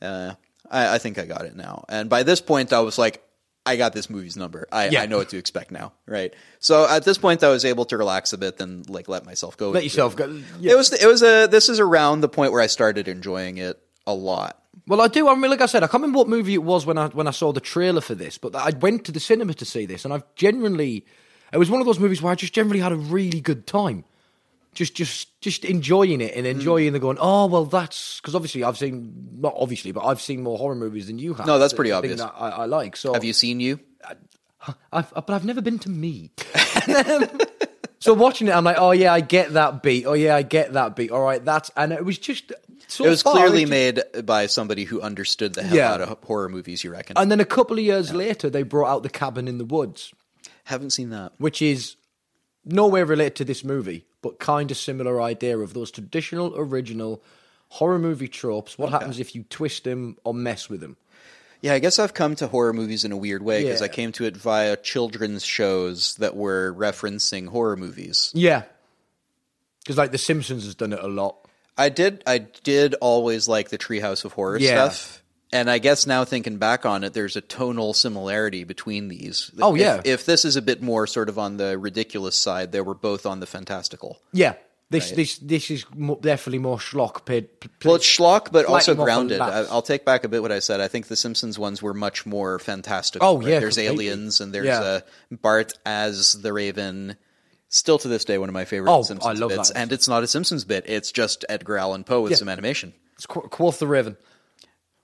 Uh, I, I think I got it now. And by this point, I was like, I got this movie's number. I, Yeah. I know what to expect now, right? So at this point, I was able to relax a bit and like let myself go. Let into yourself it. go. Yeah. It was it was a this is around the point where I started enjoying it a lot. Well, I do. I mean, like I said, I can't remember what movie it was when I when I saw the trailer for this, but I went to the cinema to see this, and I've generally, it was one of those movies where I just generally had a really good time, just just just enjoying it Mm. and enjoying the going. Oh well, that's because obviously I've seen not obviously, but I've seen more horror movies than you have. No, that's It's pretty a thing obvious. that I, I like. So Have you seen you? I've, but I've never been to me. so watching it, I'm like, oh yeah, I get that beat. Oh yeah, I get that beat. All right, that's and it was just. so It was far, clearly just- made by somebody who understood the hell Yeah. out of horror movies. You reckon? And then a couple of years later, they brought out the cabin in the woods, Haven't seen that. which is nowhere related to this movie, but kind of similar idea of those traditional, original horror movie tropes. What happens if you twist them or mess with them? Yeah, I guess I've come to horror movies in a weird way because Yeah. I came to it via children's shows that were referencing horror movies. Yeah, because like The Simpsons has done it a lot. I did I did always like the Treehouse of Horror Yeah. stuff. And I guess now thinking back on it, there's a tonal similarity between these. Oh, If- yeah. If this is a bit more sort of on the ridiculous side, they were both on the fantastical. Yeah, this this this is mo- definitely more schlock. Paid, p- Well, it's schlock, but also more for grounded. I, laughs. I'll take back a bit what I said. I think the Simpsons ones were much more fantastical. Oh, yeah, there's completely. aliens and there's Yeah. uh, Bart as the Raven. Still to this day, one of my favorite Oh, Simpsons I love bits, that. and it's not a Simpsons bit. It's just Edgar Allan Poe with some animation. it's qu- quoth the Raven.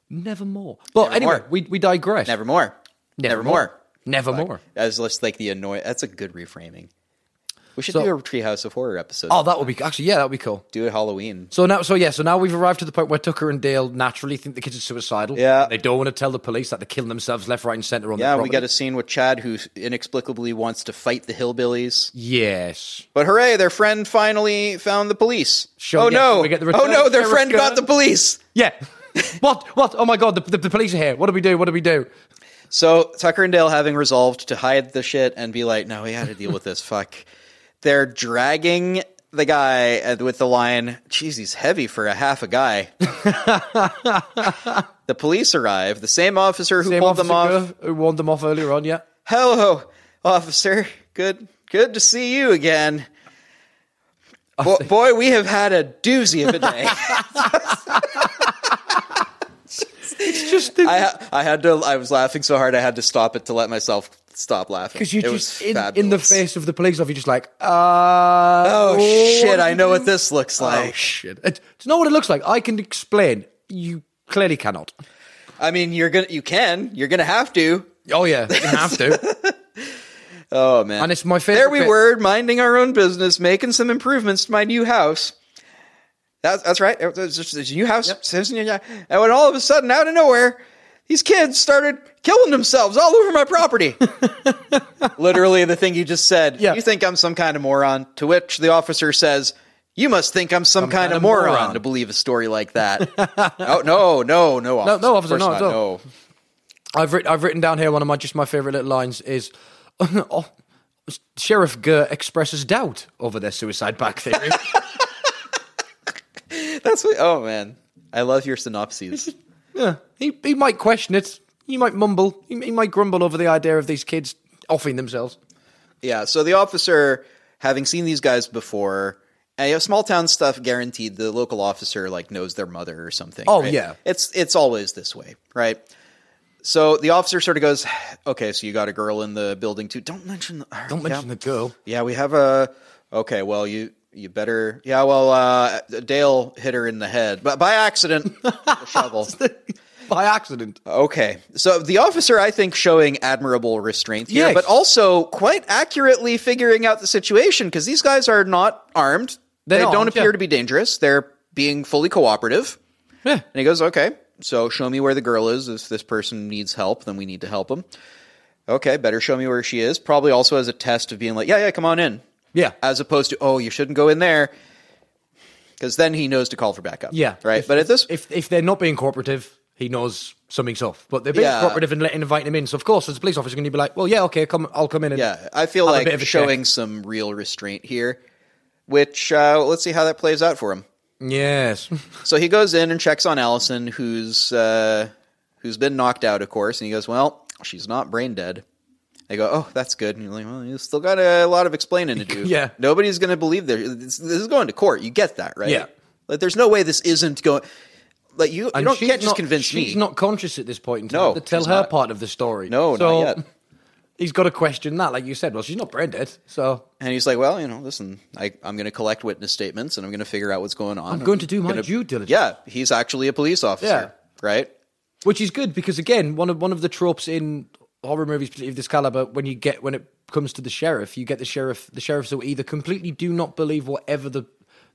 Nevermore. But anyway, Nevermore. we we digress. Nevermore, nevermore. Nevermore. As less like the annoy. That's a good reframing. We should So- do a Treehouse of Horror episode. Oh, that would be actually yeah, that would be cool. Do it Halloween. So now, so yeah, so now we've arrived to the point where Tucker and Dale naturally think the kids are suicidal. Yeah. they don't want to tell the police that they're killing themselves left, right, and center on Yeah, their we got property. a scene with Chad who inexplicably wants to fight the hillbillies. Yes, But hooray, their friend finally found the police. Sure, oh yes, no. we get the oh return, no, their their friend got return. the police. yeah. what? What? Oh my God! The, the, the police are here. What do we do? What do we do? So Tucker and Dale having resolved to hide the shit and be like, no, we had to deal with this. Fuck. They're dragging the guy uh, with the line, geez, he's heavy for a half a guy. the police arrive, the same officer who Same pulled them off. officer girl Who warned them off earlier on? Yeah. Hello, officer. Good good to see you again. Bo- boy, we have had a doozy of a day. It's just the, I ha- I had to. I was laughing so hard I had to stop it to let myself stop laughing because you're It was just in, in the fabulous. face of the police officer. You're just like, uh, Oh what shit! do I you know do? what this looks Oh like. shit! It, do you know what it looks like? I can explain. You clearly cannot. I mean, you're gonna. You can. You're gonna have to. Oh yeah, you have to. Oh man. And it's my favorite There we bit. were, minding our own business, making some improvements to my new house. That's that's right. It was just this new house. Simpson, yeah, yeah. And when all of a sudden, out of nowhere, these kids started killing themselves all over my property. Literally, the thing you just said. Yeah. You think I'm some kind of moron? To which the officer says. You must think I'm some, kind, of moron, to believe a story like that. oh no, no, no, officer. no, officer, Of course not at not, all. no. I've written, I've written down here one of my just my favorite little lines is oh, Sheriff Gurr expresses doubt over their suicide back theory. That's what, oh man, I love your synopses. yeah, he he might question it. He might mumble. He, he might grumble over the idea of these kids offing themselves. Yeah. So the officer, having seen these guys before, and you know, small town stuff guaranteed the local officer like knows their mother or something. Oh, right? yeah. It's it's always this way, right? So the officer sort of goes, "Okay, so you got a girl in the building too. Don't mention the Don't mention the girl. yeah, we have a. Okay, well, you you better. Yeah, well, uh, Dale hit her in the head, but by accident, with a shovel. By accident. Okay. So the officer, I think, showing admirable restraint here, Yes. but also quite accurately figuring out the situation because these guys are not armed. They're they not don't armed, appear yeah. to be dangerous. They're being fully cooperative. Yeah. And he goes, okay, so show me where the girl is. If this person needs help, then we need to help him. Okay, better show me where she is. Probably also as a test of being like, yeah, yeah, come on in. Yeah. As opposed to, oh, you shouldn't go in there. Because then he knows to call for backup. Yeah. Right. If- but at this if if they're not being cooperative, he knows something's off. But they're being Yeah. cooperative and letting inviting him in. So of course, as a police officer, going to be like, well, yeah, okay, come, I'll come in. And Yeah, I feel have a bit like of a showing some real restraint here, which uh, let's see how that plays out for him. Yes. So he goes in and checks on Allison, who's uh, who's been knocked out, of course, and he goes, "Well, she's not brain dead. I go, oh, that's good. And you're like, well, you still got a lot of explaining to do. Yeah. Nobody's going to believe there. This, this is going to court. You get that, right? Yeah. Like, there's no way this isn't going. Like, you, you And don't, she's can't just not- convince She's me. not conscious at this point in time No, to tell she's her not. part of the story. No, so not yet. He's got to question that, like you said. Well, she's not brain dead, so And he's like, well, you know, listen, I, I'm going to collect witness statements and I'm going to figure out what's going on. I'm going to do my gonna- due diligence. Yeah. He's actually a police officer. Yeah. Right? Which is good because again, one of one of the tropes in horror movies particularly of this caliber, when you get when it comes to the sheriff, you get the sheriff. The sheriffs will either completely do not believe whatever the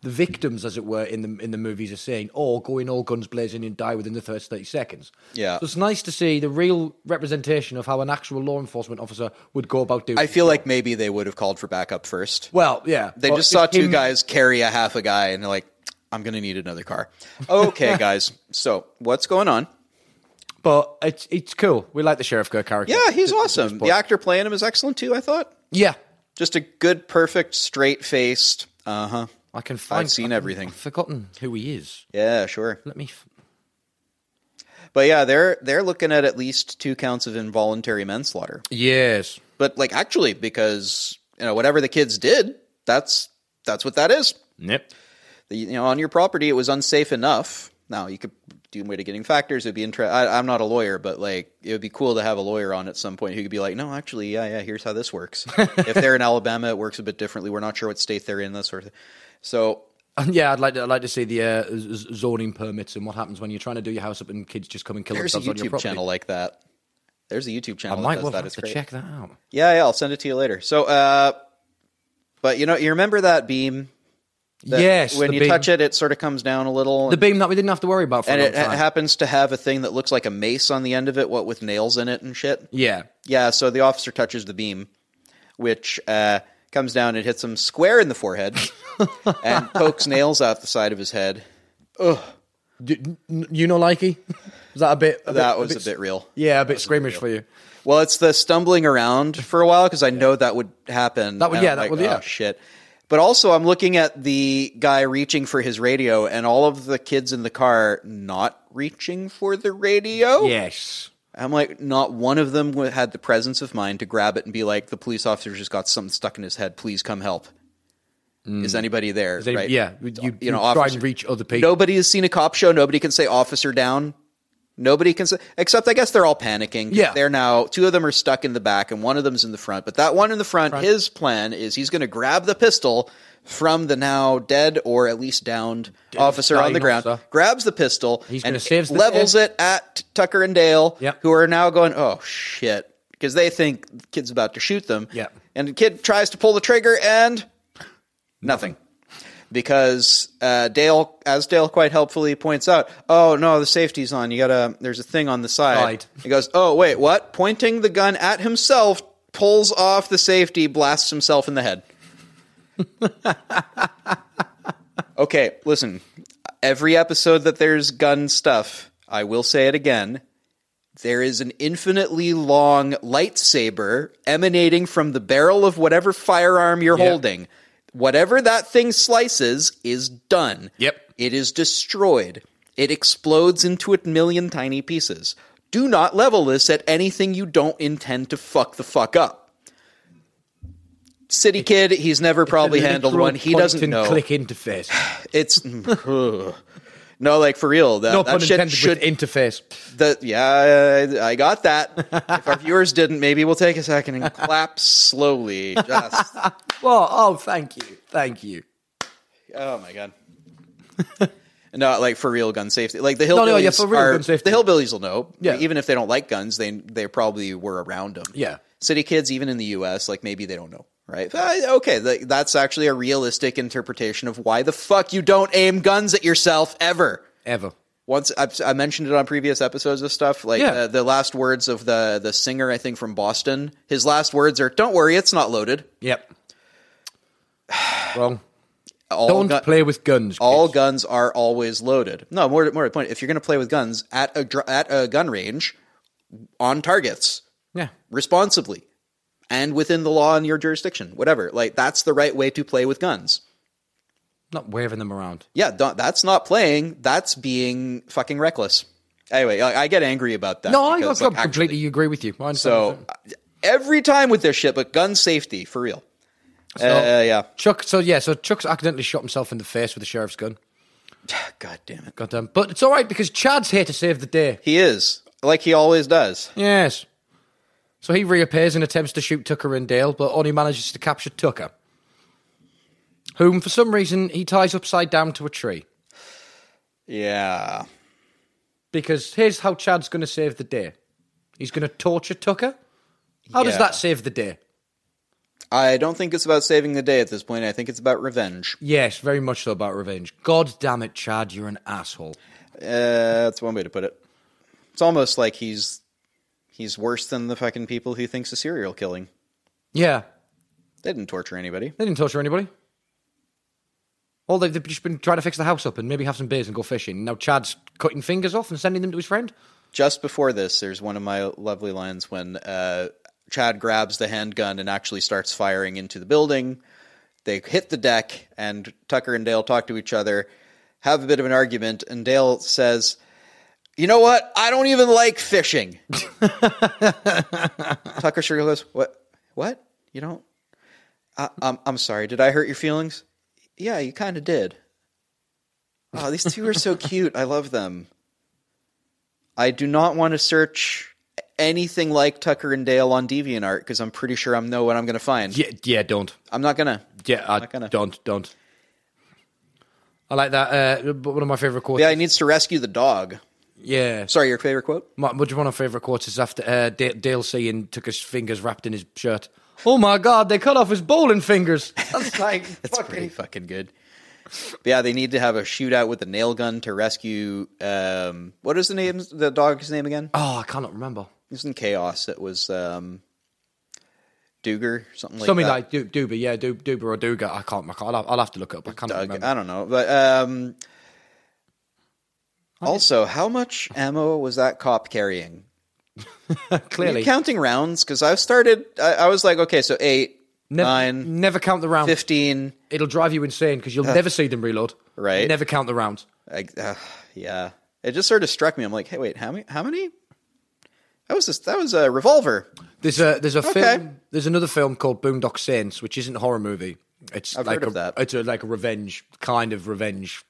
the victims, as it were, in the in the movies are saying, or go in all guns blazing and die within the first thirty seconds. Yeah. so it's nice to see the real representation of how an actual law enforcement officer would go about doing. I feel like maybe they would have called for backup first. well, yeah, They Well, just saw two him- guys carry a half a guy and they're like, I'm going to need another car. Okay, guys. So what's going on? but it's it's cool. We like the sheriff Kirk character. Yeah, he's At- at this awesome. point. The actor playing him is excellent too, I thought. yeah. Just a good, perfect, straight faced. Uh huh. I can find. I've seen I've- everything. I've forgotten who he is. Yeah, sure. Let me. f- But yeah, they're they're looking at at least two counts of involuntary manslaughter. Yes. But like actually because you know whatever the kids did, that's that's what that is. Yep. The- You know, on your property it was unsafe enough. Now you could do mitigating factors. It'd be interesting. I'm not a lawyer, but like it would be cool to have a lawyer on at some point who could be like, "No, actually, yeah, yeah. Here's how this works. if they're in Alabama, it works a bit differently. We're not sure what state they're in. That sort of thing." So And yeah, I'd like to. I'd like to see the uh, z- z- zoning permits and what happens when you're trying to do your house up and kids just come and kill There's a themselves on your YouTube property. channel like that. There's a YouTube I channel that might does well that. have It's to great. check that out. Yeah, yeah, I'll send it to you later. So, uh, but you know, you remember that beam? that yes, When the you beam, touch it, it sort of comes down a little. the And, beam that we didn't have to worry about for and a long it, it time. happens to have a thing that looks like a mace on the end of it, what with nails in it and shit. yeah, Yeah, so the officer touches the beam, which uh, comes down and hits him square in the forehead and pokes nails out the side of his head. D- n- you know, likey. Was that a bit? A That bit, was a bit, real. Yeah, a bit squeamish for you. Well, it's the stumbling around for a while because I know that would happen. That would- And yeah, I'm that like, would- yeah. Oh, shit. But also, I'm looking at the guy reaching for his radio, and all of the kids in the car not reaching for the radio. Yes. I'm like, not one of them wa- had the presence of mind to grab it and be like, "The police officer just got something stuck in his head. Please come help." Is anybody there? Mm. They- right? Yeah, you, you, You know, try officer- and reach other people. Nobody has seen a cop show. Nobody can say officer down. Nobody can say, except I guess they're all panicking. Yeah. They're now, two of them are stuck in the back and one of them's in the front. But that one in the front, his plan is he's going to grab the pistol from the now dead or at least downed officer on dying the ground, officer. grabs the pistol, He's and gonna save the levels it at Tucker and Dale, Yep. who are now going, oh shit, because they think the kid's about to shoot them. Yep. And the kid tries to pull the trigger and nothing because uh, Dale, as Dale quite helpfully points out, oh no, the safety's on. You gotta. There's a thing on the side. Right. He goes, oh wait, what? Pointing the gun at himself, pulls off the safety, blasts himself in the head. okay, listen. Every episode that there's gun stuff, I will say it again. There is an infinitely long lightsaber emanating from the barrel of whatever firearm you're Yeah. holding. Whatever that thing slices is done. Yep. It is destroyed. It explodes into a million tiny pieces. Do not level this at anything you don't intend to fuck the fuck up. City kid, he's never probably handled Literal one. He point doesn't and know. Click interface. It's no, like for real. That, No that pun shit intended. should with interface. the yeah, I I got that. if our viewers didn't, maybe we'll take a second and clap slowly. Just Well, oh, thank you, thank you. oh my god. No, like for real gun safety. Like the hillbillies no, yeah, for real are- gun safety. The hillbillies will know. Yeah. Even if they don't like guns, they they probably were around them. Yeah. City kids, even in the U.S., like maybe they don't know, right? Uh, okay, like, that's actually a realistic interpretation of why the fuck you don't aim guns at yourself ever. Ever. once I've, I mentioned it on previous episodes of stuff like Yeah. the, the last words of the the singer I think from Boston his last words are don't worry it's not loaded Yep. Wrong. all Don't gu- play with guns. all kids. guns are always loaded no more to- more to the point if you're going to play with guns at a dr- at a gun range on targets Yeah. responsibly and within the law in your jurisdiction whatever like that's the right way to play with guns Not waving them around. yeah don't, that's not playing that's being fucking reckless Anyway, I, I get angry about that. No, I, because, I like, actually- completely agree with you. I understand what you're So every time with their shit, but gun safety for real. uh, yeah. saying. Chuck. So yeah. So Chuck's accidentally shot himself in the face with the sheriff's gun. God damn it. Goddamn. But it's all right because Chad's here to save the day. He is like he always does. Yes. So he reappears and attempts to shoot Tucker and Dale, but only manages to capture Tucker, whom for some reason he ties upside down to a tree. Yeah. Because here's how Chad's going to save the day. He's going to torture Tucker. How does Yeah. that save the day? I don't think it's about saving the day at this point. I think it's about revenge. Yes, very much so about revenge. God damn it, Chad, you're an asshole. Uh, that's one way to put it. It's almost like he's he's worse than the fucking people who thinks of serial killing. Yeah, They didn't torture anybody. they didn't torture anybody. All they've, they've just been trying to fix the house up and maybe have some beers and go fishing. Now Chad's cutting fingers off and sending them to his friend. Just before this, there's one of my lovely lines when uh, Chad grabs the handgun and actually starts firing into the building. They hit the deck, and Tucker and Dale talk to each other, have a bit of an argument, and Dale says, You know what? I don't even like fishing. Tucker sure goes, What? What? You don't? I, I'm, I'm sorry. Did I hurt your feelings? Yeah, you kind of did. Oh, these two are so cute. I love them. I do not want to search anything like Tucker and Dale on DeviantArt because I'm pretty sure I know what I'm going to find. Yeah, yeah, don't. I'm not going to. Yeah, I, gonna. don't, don't. I like that. Uh, but one of my favorite quotes. Yeah, he needs to rescue the dog. yeah. Sorry, your favorite quote? My, one of my favorite quotes is after uh, Da- Dale seeing took his fingers wrapped in his shirt. Oh my God! They cut off his bowling fingers. That's like That's fucking pretty fucking good. But yeah, they need to have a shootout with a nail gun to rescue. Um, what is the name? The dog's name again? Oh, I cannot remember. It was in Chaos. It was um, Duger, something like Something that. like Do- Duba, yeah, Do- Duba or Duga. I can't. I can't I'll, I'll have to look it up. I can't Doug. remember. I don't know, but um, also, how much ammo was that cop carrying? Are you Clearly, counting rounds? Because I've started. I, I was like, okay, so eight, never, nine, never count the round. 15. It'll drive you insane because you'll never see them reload. Right. Never count the rounds. I, uh, yeah, it just sort of struck me. I'm like, hey, wait, how many? How many? That was this, that was a revolver. There's a there's a Okay. film. There's another film called Boondock Saints, which isn't a horror movie. It's like heard a, of that. It's a, like a revenge kind of revenge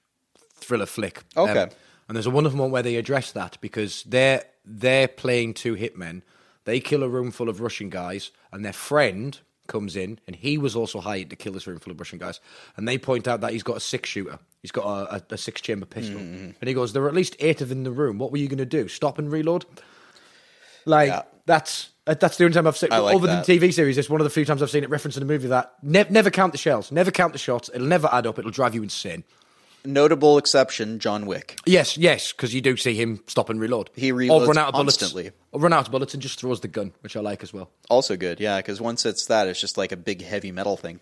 thriller flick. Um, Okay. and there's a wonderful one where they address that because they're they're playing two hitmen. They kill a room full of Russian guys, and their friend comes in, and he was also hired to kill this room full of Russian guys. And they point out that he's got a six shooter. He's got a, a, a six chamber pistol, Mm-hmm. and he goes, "There are at least eight of them in the room. What were you going to do? Stop and reload?" Like Yeah. that's that- that's the only time I've seen. I like other that. than TV series, it's one of the few times I've seen it referenced in a movie that ne- never count the shells, never count the shots. It'll never add up. It'll drive you insane. Notable exception: John Wick. Yes, yes, because you do see him stop and reload. He reloads or run out of constantly. bullets. Or run out of bullets and just throws the gun, which I like as well. Also good, yeah, because once it's that, it's just like a big heavy metal thing.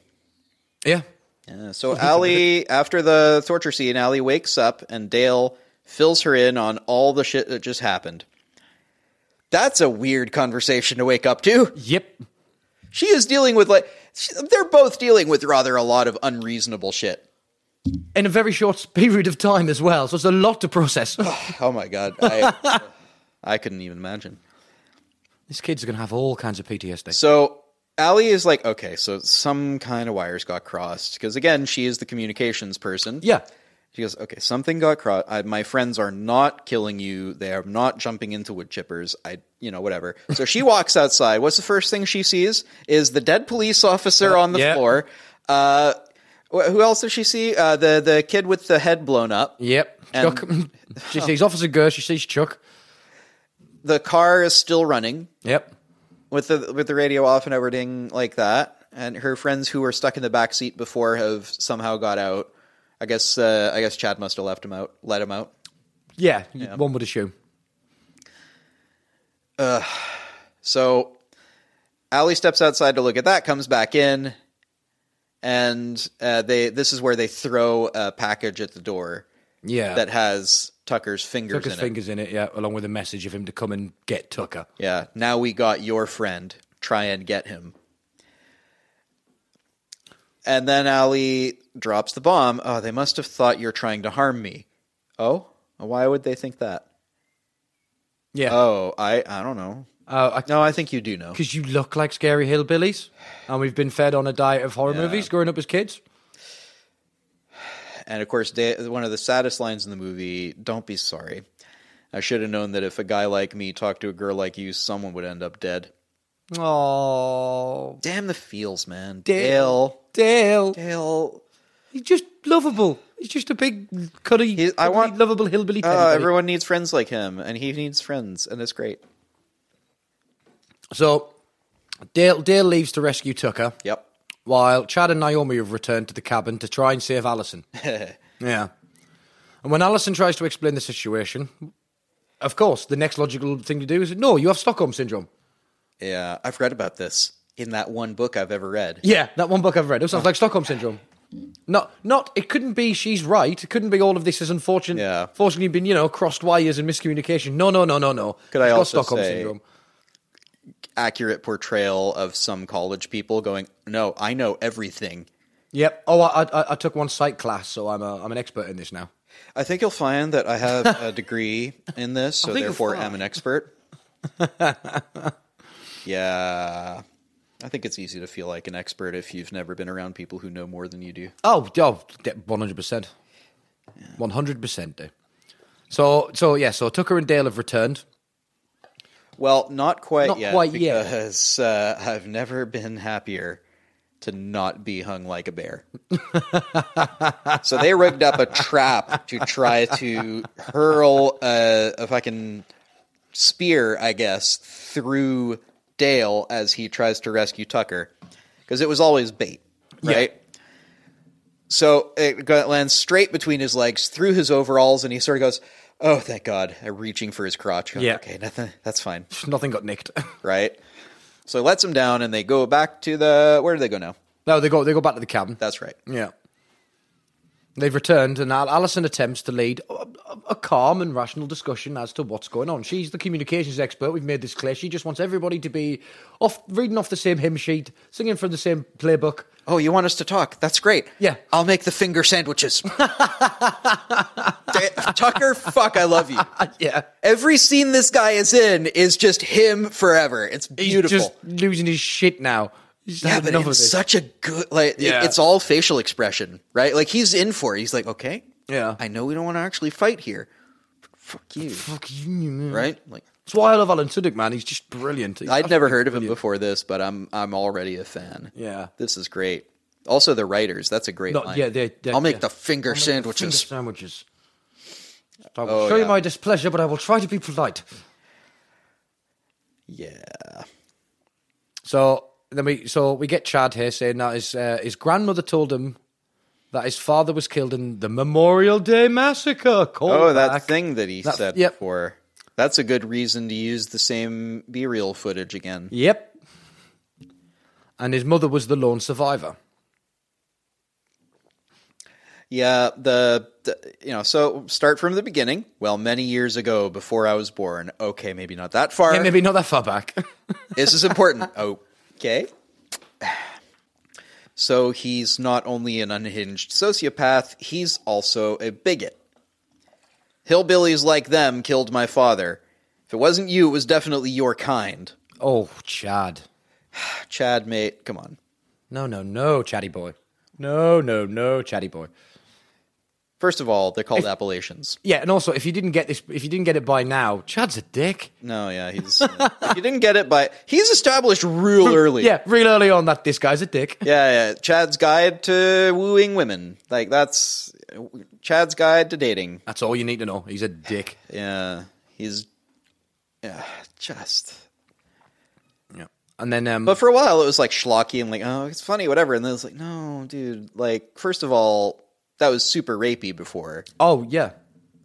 Yeah, Yeah, so Allie, after the torture scene, Allie wakes up and Dale fills her in on all the shit that just happened. That's a weird conversation to wake up to. yep. She is dealing with like she, they're both dealing with rather a lot of unreasonable shit. In a very short period of time as well, so it's a lot to process. Oh my god, I, I couldn't even imagine. These kids are going to have all kinds of PTSD. So Allie is like, okay, so some kind of wires got crossed because again, she is the communications person. Yeah, She goes, okay, something got crossed. I, my friends are not killing you. They are not jumping into wood chippers. I, you know, whatever. So she walks outside. What's the first thing she sees? Is the dead police officer on the yeah. floor. Uh, wh- who else does she see? Uh, the the kid with the head blown up. yep. And- Chuck. she sees Officer Gersh. She sees Chuck. The car is still running Yep. with the with the radio off and everything like that. And her friends who were stuck in the back seat before have somehow got out. I guess uh, I guess Chad must have left him out. Let him out. Yeah, one would assume. So Allie steps outside to look at that, comes back in, and uh, they this is where they throw a package at the door Yeah, that has Tucker's fingers Tucker's in it. fingers in it, yeah, along with a message of him to come and get Tucker. Yeah, now we got your friend. Try and get him. And then Allie drops the bomb. Oh, they must have thought you're trying to harm me. Oh, why would they think that? Yeah. Oh, I I don't know. Uh, No, I think you do know. because you look like scary hillbillies, and we've been fed on a diet of horror movies growing up as kids. And of course, da- one of the saddest lines in the movie, "Don't be sorry." I should have known that if a guy like me talked to a girl like you, someone would end up dead. Oh, Damn the feels, man. Dale. Dale. Dale, Dale. he's just lovable. He's just a big cutty, He- I cuddly, want- lovable hillbilly. Oh, tenderly. everyone needs friends like him, and he needs friends, and it's great. So Dale Dale leaves to rescue Tucker, Yep. while Chad and Naomi have returned to the cabin to try and save Allison. yeah, and when Allison tries to explain the situation, of course, the next logical thing to do is no, you have Stockholm syndrome. Yeah, I've read about this in that one book I've ever read. Yeah, that one book I've read. It sounds like Stockholm syndrome. Not, not. It couldn't be. She's right. It couldn't be. All of this is unfortunate. Yeah. Fortunately, been you know crossed wires and miscommunication. No, no, no, no, no. Could I She's got also Stockholm say- syndrome? Accurate portrayal of some college people going, "No, I know everything." Yep. Oh, I, I, I took one psych class, so I'm a, I'm an expert in this now. I think you'll find that I have a degree in this, so think you'll therefore find. am an expert. yeah. I think it's easy to feel like an expert if you've never been around people who know more than you do. Oh, oh, one hundred percent, one hundred percent. So, so yeah. So Tucker and Dale have returned. Well, not quite Not yet. quite yet. because, yet. Uh, I've never been happier to not be hung like a bear. so they rigged up a trap to try to hurl a, a fucking spear, I guess, through Dale as he tries to rescue Tucker. Because it was always bait, right? So it go- lands straight between his legs, through his overalls, and he sort of goes, "Oh, thank God!" uh, Reaching for his crotch. Yeah. Okay, nothing. That's fine, Nothing got nicked. right? So he lets him down, and they go back to the. Where do they go now? no, they go. They go back to the cabin. That's right. Yeah. They've returned, and Al- Alison attempts to lead a, a- a calm and rational discussion as to what's going on. She's the communications expert. We've made this clear. She just wants everybody to be off, reading off the same hymn sheet, singing from the same playbook. Oh, you want us to talk? That's great. Yeah. I'll make the finger sandwiches. Da- Tucker, fuck, I love you. Yeah, Every scene this guy is in is just him forever. It's he's beautiful. just losing his shit now. He's Yeah, had but enough in of this. such a good like it- Yeah. it's all facial expression, right? Like he's in for it. He's like, okay, Yeah. I know we don't want to actually fight here. but Fuck you, Fuck you. right? Like That's why I love Alan Tudyk, man. He's just brilliant. He's I'd never heard of him before this, but I'm I'm already a fan. Yeah. this is great. Also, the writers. That's a great No, line. yeah, they're- they're- I'll make yeah. the finger sandwiches. Oh, Finger sandwiches. I will show you yeah. my displeasure, but I will try to be polite. Yeah, So then we so we get Chad here saying that his uh, his grandmother told him that his father was killed in the Memorial Day massacre. Call Oh, that back. thing that he That- said yep. before. That's a good reason to use the same B reel footage again. Yep. And his mother was the lone survivor. Yeah, the, the you know, so start from the beginning. Well, many years ago, before I was born. Okay, maybe not that far. Yeah, maybe not that far back. This is important. okay. So he's not only an unhinged sociopath, he's also a bigot. Hillbillies like them killed my father. If it wasn't you, it was definitely your kind. Ah, oh, Chad. Chad, mate, come on. No, no, no, Chatty boy. No, no, no, Chatty boy. First of all, they're called Appalachians. Yeah, and also if you didn't get this, if you didn't get it by now, Chad's a dick. No, yeah, he's. if you didn't get it, but he's established real early. Yeah, real early on that this guy's a dick. yeah, yeah. Chad's guide to wooing women. Like that's Chad's guide to dating. That's all you need to know. He's a dick. Yeah, he's yeah, just. Yeah. And then um, But for a while, it was like schlocky and like, oh, it's funny, whatever. And then it's like, no, dude. Like, first of all, that was super rapey before. oh yeah,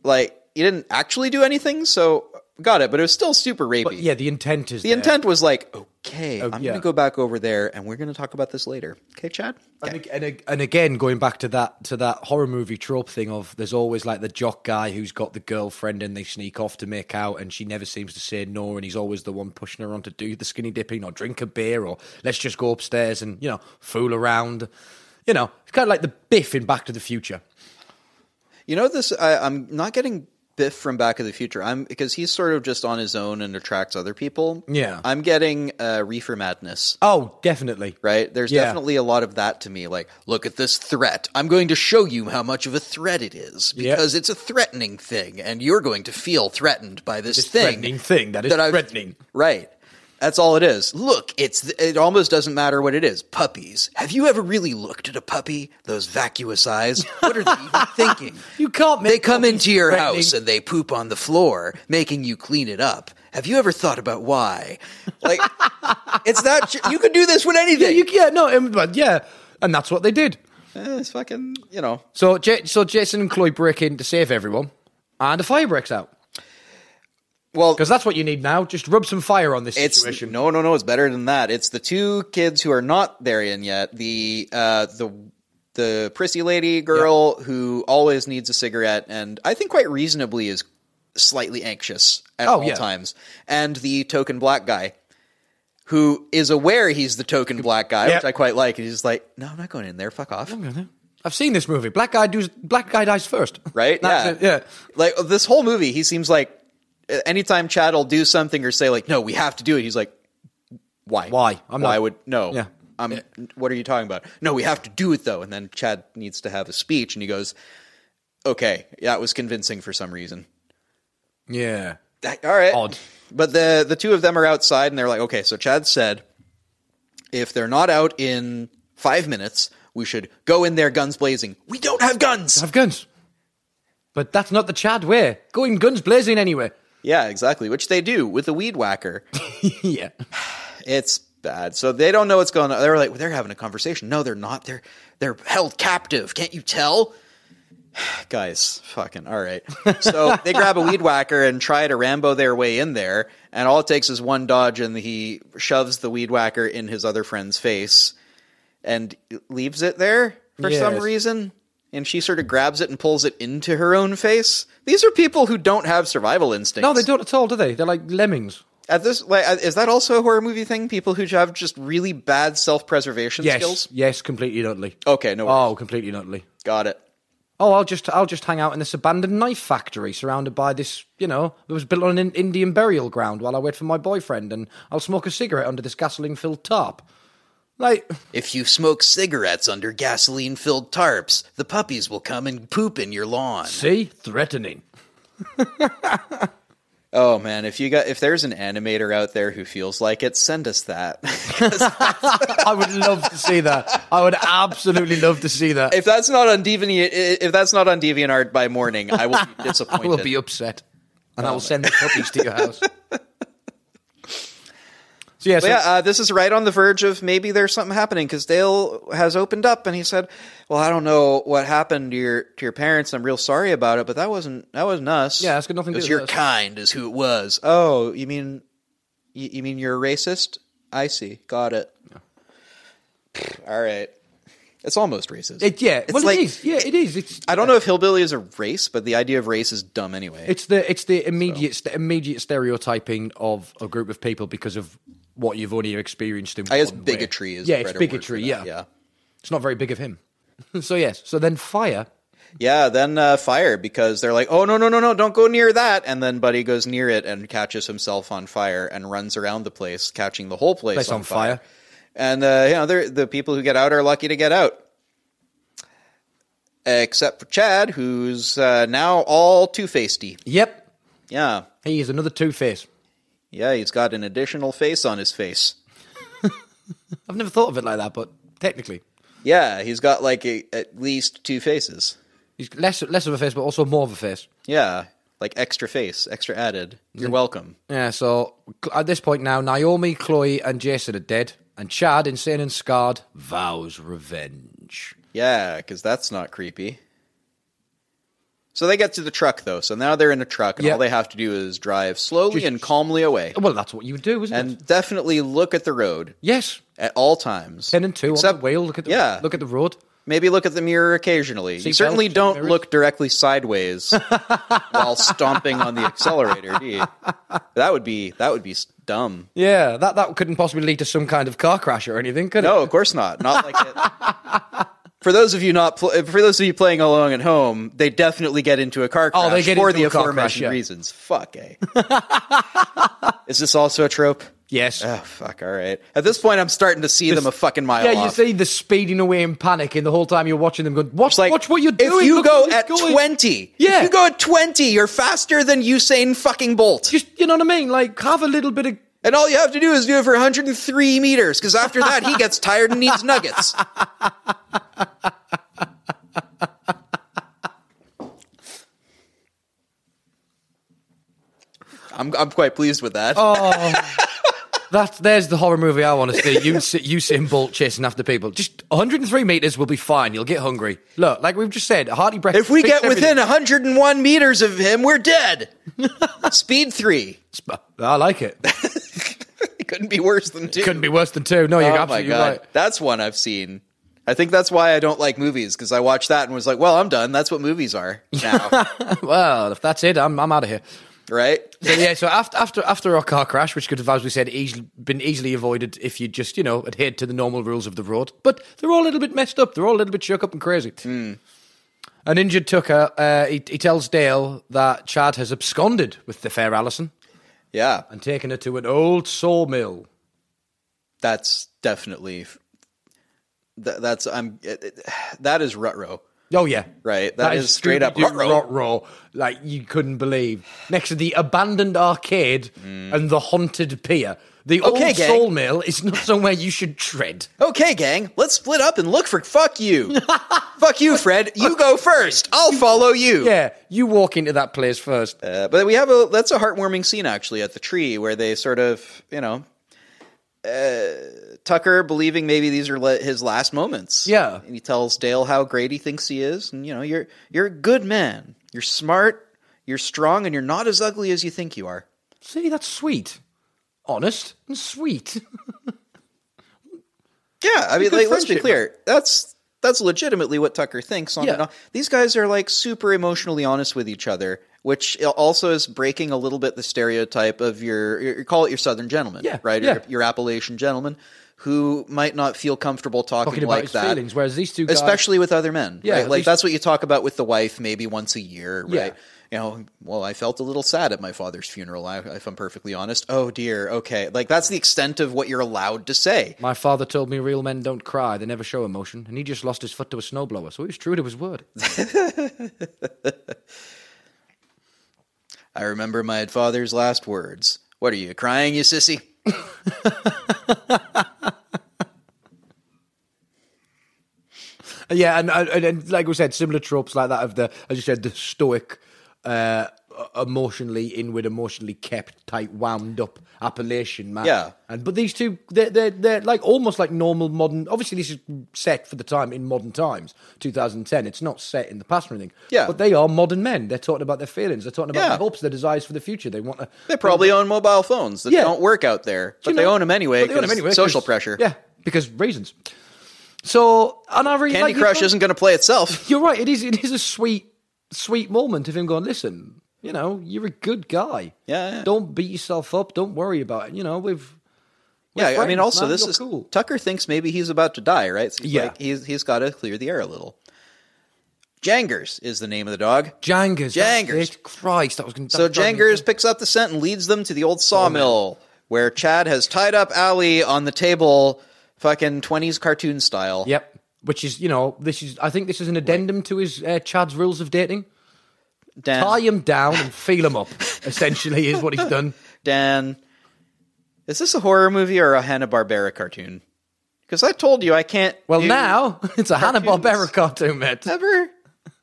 Like, you didn't actually do anything, so got it. But it was still super rapey. but yeah, the intent is The intent was like, okay, I'm yeah. going to go back over there and we're going to talk about this later. Okay, Chad? And, ag- and, ag- and again, going back to that to that horror movie trope thing of there's always like the jock guy who's got the girlfriend and they sneak off to make out and she never seems to say no and he's always the one pushing her on to do the skinny dipping or drink a beer or let's just go upstairs and you know fool around, you know it's kind of like the Biff in Back to the Future. You know this? I, I'm not getting Biff from Back of the Future. I'm because he's sort of just on his own and attracts other people. Yeah. I'm getting uh, reefer madness. Oh, definitely. Right? There's Yeah. definitely a lot of that to me. Like, look at this threat. I'm going to show you how much of a threat it is Yeah. because it's a threatening thing, and you're going to feel threatened by this, This thing. threatening thing that is I've- threatening. Right. That's all it is. Look, it's th- it almost doesn't matter what it is. Puppies. Have you ever really looked at a puppy? Those vacuous eyes. What are they even thinking? You can't make They come into your threatening. house and they poop on the floor, making you clean it up. Have you ever thought about why? Like, it's that you could do this with anything. You, yeah, no, um, but yeah, and that's what they did. Eh, it's fucking, you know. So, J- so Jason and Chloe break in to save everyone, and a fire breaks out Well, because that's what you need now. Just rub some fire on this it's situation. no, no, no. It's better than that. It's the two kids who are not there in yet. The uh, the the prissy lady girl who always needs a cigarette, and I think quite reasonably is slightly anxious at Oh, all yeah. times, and the token black guy. Who is aware he's the token black guy, Yep. which I quite like. And he's like, "No, I'm not going in there. Fuck off." I've seen this movie. Black guy does. Black guy dies first. right? That's it, yeah. Like this whole movie, he seems like uh, anytime Chad will do something or say like, "No, we have to do it," he's like, "Why? Why? I'm Why not- would no? Yeah. I'm. What are you talking about? No, we have to do it though." And then Chad needs to have a speech, and he goes, "Okay, that was convincing for some reason." Yeah. That- All right. Odd. But the the two of them are outside, and they're like, "Okay, so Chad said." if they're not out in five minutes, we should go in there guns blazing. We don't have guns. Have guns. But that's not the Chad way. Going guns blazing anyway. Yeah, exactly. Which they do with a weed whacker. yeah. It's bad. So they don't know what's going on. They're like, they're having a conversation. No, they're not. They're they're held captive. Can't you tell? Guys, fucking all right. So they grab a weed whacker and try to Rambo their way in there, and all it takes is one dodge, and he shoves the weed whacker in his other friend's face, and leaves it there for some Yes. reason. And she sort of grabs it and pulls it into her own face. These are people who don't have survival instincts. No, they don't at all, do they? They're like lemmings. At this, like, uh, is that also a horror movie thing? People who have just really bad self-preservation Yes. skills. Yes, completely and utterly. Okay, no, worries. Oh, completely and utterly. got it. Oh, I'll just I'll just hang out in this abandoned knife factory surrounded by this, you know, it was built on an in- Indian burial ground while I wait for my boyfriend and I'll smoke a cigarette under this gasoline filled tarp. Like If you smoke cigarettes under gasoline-filled tarps, the puppies will come and poop in your lawn. see? Threatening. Oh man, if you got if there's an animator out there who feels like it, send us that. I would love to see that. I would absolutely love to see that. if that's not on Deviant, if that's not on DeviantArt by morning, I will be disappointed. I will be upset, and Oh, I will send the puppies to your house. So yeah, so But yeah, uh, this is right on the verge of maybe there's something happening because Dale has opened up and he said, "Well, I don't know what happened to your to your parents. I'm real sorry about it, but that wasn't that wasn't us. Yeah, that's got nothing to It was do with your us." kind is who it was. Oh, you mean you, you mean you're a racist? I see. Got it. All right. It's almost racist. it, yeah, It's well, like- it is. Yeah, it is. It's I don't know if hillbilly is a race, but the idea of race is dumb anyway. it's the it's the immediate st- immediate stereotyping of a group of people because of what you've already experienced in. I guess one way. bigotry is yeah, the it's better word for bigotry. that, Yeah. yeah. it's not very big of him. so yes, so then fire. Yeah, then uh, fire because they're like, oh no no no no, don't go near that. And then Buddy goes near it and catches himself on fire and runs around the place, catching the whole place, Place on, on fire. And uh, you know, they're, the people who get out are lucky to get out, except for Chad, who's uh, now all two facedy. Yep, Yeah, he is another Two Face. yeah, he's got an additional face on his face. I've never thought of it like that, but technically, Yeah, he's got like a, at least two faces. he's less less of a face, but also more of a face. Yeah, like extra face, extra added. Mm. You're welcome. Yeah, so cl- at this point now, Naomi, Chloe, and Jason are dead, and Chad, insane and scarred, vows revenge. Yeah, because that's not creepy. So they get to the truck though. So now they're in a truck, and Yeah. all they have to do is drive slowly Just- and calmly away, Well, that's what you would do, isn't it? and definitely look at the road Yes, at all times. ten and two Except on the wheel. Look at the yeah. look at the road. maybe look at the mirror occasionally. You Seatbelt, certainly don't mirrors. look directly sideways while stomping on the accelerator. Do you? That would be that would be s- dumb. Yeah, that that couldn't possibly lead to some kind of car crash or anything, could it? No, of course not. Not like it. for those of you not pl- for those of you playing along at home, they definitely get into a car crash Oh, they get for into the a car crash, aforementioned yeah. reasons. Fuck, eh? Is this also a trope? Yes. Oh, fuck, all right. At this point, I'm starting to see them a fucking mile yeah, off. you see the speeding away in panic, and the whole time you're watching them going, watch, It's like, watch what you're doing. If you look go where at he's going." 20, Yeah. if you go at 20, you're faster than Usain fucking Bolt. Just, you know what I mean? Like, have a little bit of. And all you have to do is do it for 103 meters, because after that, he gets tired and needs nuggets. I'm, I'm quite pleased with that. Oh, That, Um, there's the horror movie I want to see. You, Usain Bolt chasing after people. Just 103 meters will be fine. You'll get hungry. Look, like we've just said, a hearty breakfast. if we fixes get within 101 meters of him, we're dead. Speed three. everything. I like it. It couldn't be worse than two. Couldn't be worse than two. No, you're Oh my absolutely god, right. that's one I've seen. I think that's why I don't like movies because I watched that and was like, "Well, I'm done. That's what movies are now, Well, if that's it, I'm, I'm out of here. right?" So, yeah, so after after after our car crash, which could have, as we said, easily, been easily avoided if you just you know adhered to the normal rules of the road, but they're all a little bit messed up. They're all a little bit shook up and crazy. Hmm. An injured Tucker, uh, he, he tells Dale that Chad has absconded with the fair Allison Yeah, and taken her to an old sawmill. that's definitely th- that's I'm it, it, that is rutro, Oh yeah, right? that is, straight up Scooby-Doo rutro. rot-row, like you couldn't believe. Next to the abandoned arcade and the haunted pier, the Hmm. Okay, old gang. sawmill is not somewhere you should tread. Okay, gang, let's split up and look for fuck you, fuck you, Fred. You go first. I'll follow you. Yeah, you walk into that place first. Uh, but we have a that's a heartwarming scene actually at the tree where they sort of you know uh, Tucker believing maybe these are le- his last moments. Yeah. and he tells Dale how great he thinks he is, and you know you're you're a good man, you're smart, you're strong, and you're not as ugly as you think you are. See, that's sweet. Honest and sweet. Yeah, I mean, good like, let's be friendship. clear. That's that's legitimately what Tucker thinks. On Yeah. and on. these guys are like super emotionally honest with each other, which also is breaking a little bit the stereotype of your, your call it your Southern gentleman, Yeah, right? Or yeah. Your, your Appalachian gentleman who might not feel comfortable talking, Talking about like his that, feelings, whereas these two guys. especially with other men. Yeah, right? at like least- that's what you talk about with the wife maybe once a year, right? Yeah. You know, well, I felt a little sad at my father's funeral, I- if I'm perfectly honest. Oh dear, okay. Like that's the extent of what you're allowed to say. My father told me real men don't cry, they never show emotion, and he just lost his foot to a snowblower, so he was true to his word. I remember my father's last words. What are you crying, you sissy? Yeah, and, and, and like we said, similar tropes like that of the, as you said, the stoic, uh, emotionally inward, emotionally kept, tight, wound up Appalachian man. Yeah. And but these two, they're they're, they're like almost like normal modern. Obviously, this is set for the time in modern times, 2010. It's not set in the past or anything. Yeah. But they are modern men. They're talking about their feelings. They're talking about Yeah. their hopes, their desires for the future. They want to. They probably own mobile phones that Yeah. don't work out there, but you they know, own them anyway. but they own 'cause 'em anyway social 'cause- pressure. Yeah, because reasons. So, and I really Candy like- Crush isn't going to play itself. You're right. It is. It is a sweet, sweet moment of him going. Listen, you know, you're a good guy. Yeah, yeah. Don't beat yourself up. Don't worry about it. You know, we've. we're yeah, I mean, friends, also man, this you're is cool. Tucker thinks maybe he's about to die, right? So he's Yeah. like, he's he's got to clear the air a little. Jangers is the name of the dog. Jangers. that's Jangers. it. Christ, that was going. So Jangers picks up the scent and leads them to Oh, the old sawmill, where Chad has tied up Allie on the table, fucking twenties cartoon style. Yep. Which is, you know, this is. I think this is an addendum to his uh, Chad's rules of dating. Damn. Tie him down and feel him up. Essentially, is what he's done. Dan, is this a horror movie or a Hanna Barbera cartoon? Because I told you I can't. Well, do- now it's a Hanna Barbera cartoon, mate. ever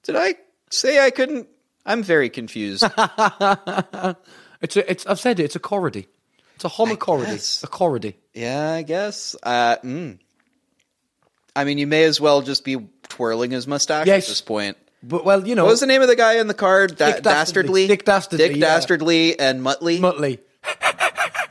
did I say I couldn't? I'm very confused. It's a. It's. I've said it. It's a corody. It's a homo corody. guess. A corody. yeah, I guess. Uh, mm. I mean, you may as well just be twirling his mustache Yes. at this point. But well, you know, What was the name of the guy in the card? Da- Dick Dastardly. Dastardly. Dick Dastardly, Dick yeah. Dastardly and Muttley. Muttley.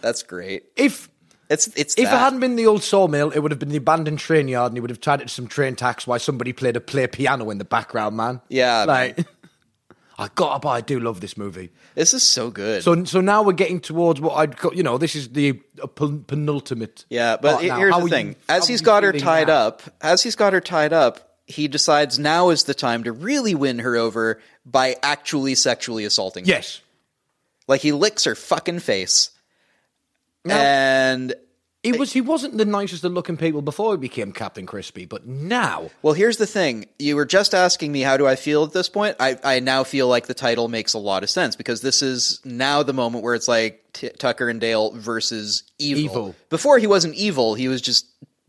That's great. If It's it's If that. it hadn't been the old sawmill, it would have been the abandoned train yard, and he would have tied it to some train tracks while somebody played a play piano in the background, man. Yeah, like I gotta, but I do love this movie. This is so good. So, so now we're getting towards what I'd call, you know, this is the uh, pen- penultimate. Yeah, but part now. here's How the are you- thing: how as are he's you got her feeling tied now? up, as he's got her tied up, he decides now is the time to really win her over by actually sexually assaulting. her. Yes. like he licks her fucking face, Now, and he was he wasn't the nicest of looking people before he became Captain Crispy, but now well, here's the thing: you were just asking me how do I feel at this point. I I now feel like the title makes a lot of sense because this is now the moment where it's like T- Tucker and Dale versus evil. Evil. Before he wasn't evil; he was just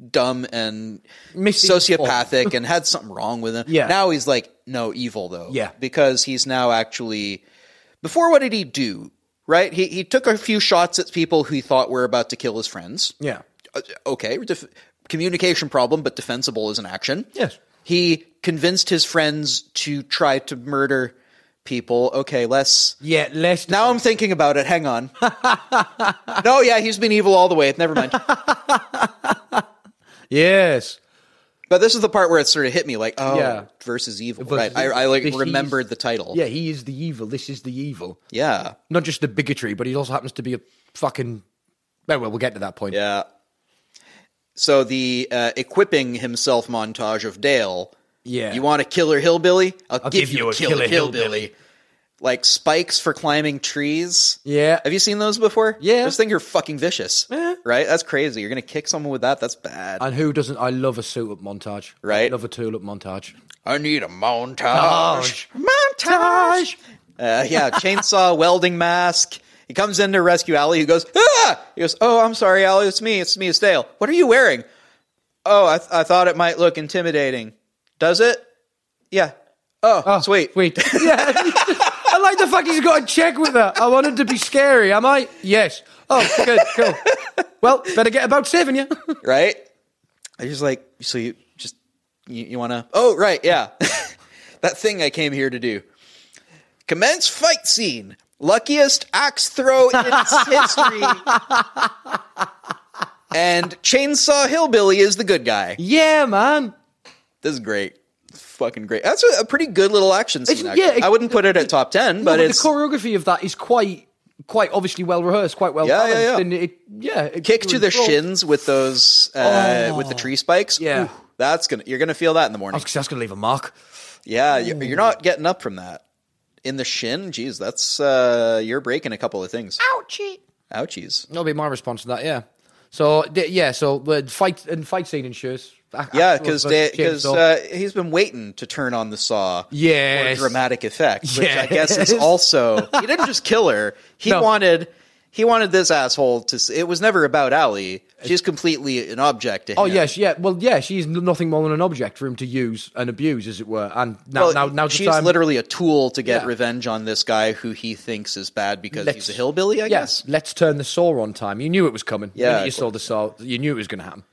dumb and Missing sociopathic and had something wrong with him. Yeah. Now he's like, no, evil though. Yeah. Because he's now actually. Before, what did he do? Right? He, he took a few shots at people who he thought were about to kill his friends. yeah Uh, Okay. Def- communication problem, but defensible is an action. Yes. He convinced his friends to try to murder people. Okay, less. yeah less Now I'm thinking about it. Hang on. no, yeah, he's been evil all the way. Never mind. yes But this is the part where it sort of hit me, like, oh, Yeah. versus evil, Versus right? I, evil. I like This remembered is- the title. yeah he is the evil this is the evil yeah, not just the bigotry but he also happens to be a fucking well well, we'll get to that point yeah. So the uh, equipping himself montage of Dale. Yeah. you want a killer hillbilly? I'll, give, you a killer, hillbilly. hillbilly. Like spikes for climbing trees. Yeah. Have you seen those before? Yeah. Those things are fucking vicious. Yeah. Right? That's crazy. You're gonna kick someone with that? That's bad. and who doesn't I love a suit up montage Right. love a tool up montage I need a montage. Montage! Uh, yeah, chainsaw, welding mask. He comes in to rescue Allie. He goes, ah! He goes, oh, I'm sorry, Allie. It's me. It's me. It's Dale. What are you wearing? Oh, I, th- I thought it might look intimidating. Does it? Yeah. Oh, sweet. wait yeah I like the fact he's got a check with her I want him to be scary am I yes oh good cool well better get about saving you Right? I just like, so you just, you, you want to, oh, right. Yeah. that thing I came here to do. Commence fight scene. Luckiest axe throw in its history. and Chainsaw Hillbilly is the good guy. yeah man This is great. It's fucking great. That's a, a pretty good little action scene. It's- actually. yeah, it- I wouldn't put it at top ten, but No, it's the choreography of that is quite quite obviously well rehearsed, quite well Yeah, yeah, balanced, yeah. and it yeah it- kick to it the was- shins with those uh, Oh. with the tree spikes. Yeah. that's gonna you're gonna feel that in the morning. 'Cause that's gonna leave a mark. Yeah, you're, you're not getting up from that. In the shin, geez, that's uh, you're breaking a couple of things. Ouchie! Ouchies. That'll be my response to that. Yeah. So d- yeah, so the fight and fight scene ensures. A- Yeah, actual because versus because chainsaw. uh, he's been waiting to turn on the saw. Yes. for dramatic effect, which I guess is Yes. also he didn't just kill her. He No. wanted he wanted this asshole to. s- It was never about Allie. She's completely an object to him. Oh yes, yeah. Well, yeah, she's n- nothing more than an object for him to use and abuse, as it were. And now, Well, now, now's she's the time. literally a tool to get Yeah. revenge on this guy who he thinks is bad because Let's- he's a hillbilly. I yes, guess let's turn the saw on time. You knew it was coming. The Yeah, minute you of saw the saw. You knew it was going to happen.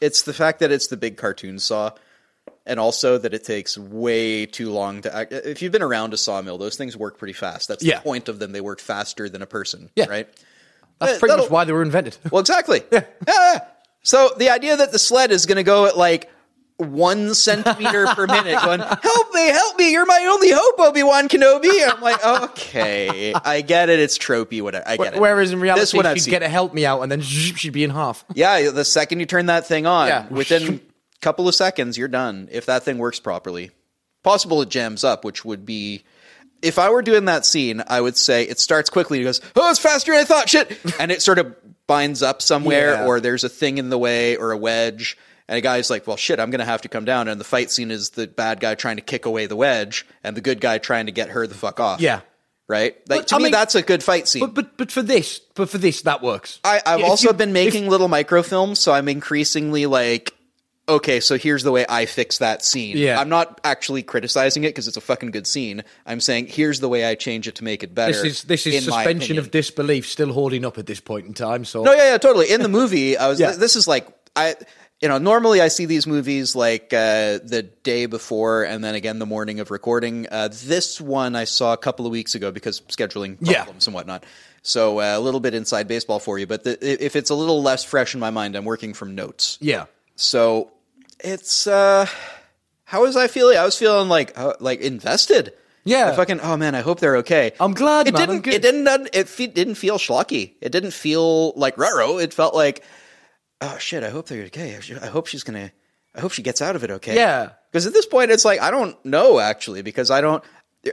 it's the fact that it's the big cartoon saw. And also that it takes way too long to act. uh, If you've been around a sawmill, those things work pretty fast. That's Yeah. the point of them. They work faster than a person, Yeah. right? That's Uh, pretty that'll- much why they were invented. Well, exactly. Ah! So the idea that the sled is going to go at like one centimeter per minute, going, "Help me, help me! You're my only hope, Obi Wan Kenobi." I'm like, okay, I get it. It's tropey, whatever. I get it. Whereas in reality, this one I've she'd seen. get a help me out, and then zzz, she'd be in half. Yeah, the second you turn that thing on, Yeah. within a couple of seconds, you're done. If that thing works properly, possible it jams up, which would be. If I were doing that scene, I would say it starts quickly. It goes, oh, it's faster than I thought. Shit, and it sort of binds up somewhere, Yeah. or there's a thing in the way, or a wedge. And a guy's like, well, shit, I'm gonna have to come down. And the fight scene is the bad guy trying to kick away the wedge, and the good guy trying to get her the fuck off. Yeah. right. Like But, to I me, mean- that's a good fight scene. But but but for this, but for this, that works. I, I've If also you- been making little microfilms, so I'm increasingly like, okay, so here's the way I fix that scene. Yeah. I'm not actually criticizing it because it's a fucking good scene. I'm saying here's the way I change it to make it better. This is this is in my suspension opinion. of disbelief still holding up at this point in time. So No, yeah, yeah, totally. In the movie, I was. Yeah. This is like I, you know, normally I see these movies like uh, the day before and then again the morning of recording. Uh, this one I saw a couple of weeks ago because scheduling problems Yeah. and whatnot. So uh, a little bit inside baseball for you, but the, i- if it's a little less fresh in my mind, I'm working from notes. yeah, So it's uh, how was I feeling? I was feeling like uh, like invested. Yeah. I fucking oh man, I hope they're okay. I'm glad, it man, I'm didn't. good. It didn't. It fe- didn't feel schlocky. It didn't feel like raro. It felt like oh shit. I hope they're okay. I sh- I hope she's gonna. I hope she gets out of it okay. Yeah. Because at this point, it's like I don't know actually because I don't.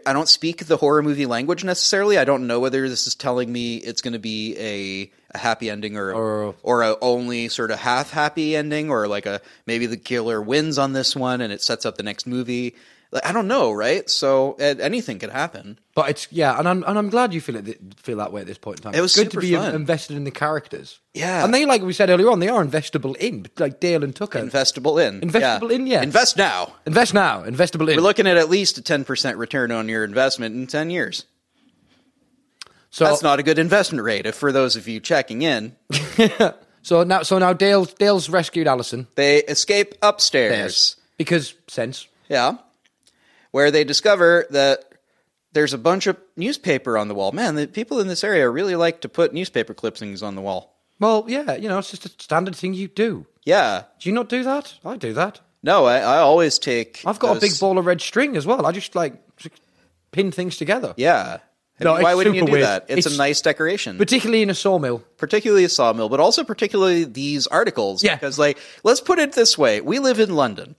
I don't speak the horror movie language necessarily. I don't know whether this is telling me it's going to be a, a happy ending or Or- or a only sort of half happy ending or like a maybe the killer wins on this one and it sets up the next movie like, i don't know right so uh, anything could happen But it's yeah, and I'm and I'm glad you feel it th- feel that way at this point in time. It was good super to be fun. invested in the characters. Yeah. and they like we said earlier on, they are investable in like Dale and Tucker. investable in Investable in, yeah. invest now Invest now, investable in. we're looking at at least a 10% return on your investment in 10 years so that's not a good investment rate if for those of you checking in so now so now Dale Dale's rescued Allison they escape upstairs because sense. Yeah. Where they discover that there's a bunch of newspaper on the wall. Man, the people in this area really like to put newspaper clippings on the wall. Well, yeah, you know, it's just a standard thing you do. Yeah. Do you not do that? I do that. No, I, I always take. I've got a those- big ball of red string as well. I just like pin things together, Yeah. No, Why it's wouldn't you super do weird. that? It's, It's- a nice decoration, particularly in a sawmill. particularly a sawmill, but also particularly these articles. Yeah. Because, like, let's put it this way: we live in London.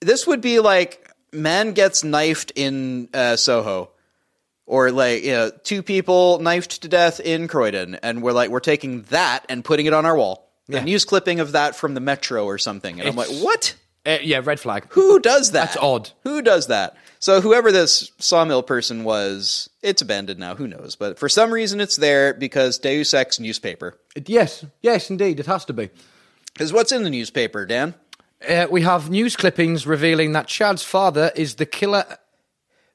This would be like man gets knifed in uh, Soho. or like you know, two people knifed to death in Croydon, and we're like, we're taking that and putting it on our wall. A news clipping of that from the Metro or something, and I'm It's- like, what? Uh, yeah, red flag. Who does that? That's odd. Who does that? So whoever this sawmill person was, it's abandoned now. Who knows? But for some reason, it's there because Deus Ex newspaper. Yes, yes, indeed, it has to be. Because what's in the newspaper, Dan? Uh, we have news clippings revealing that Chad's father is the killer,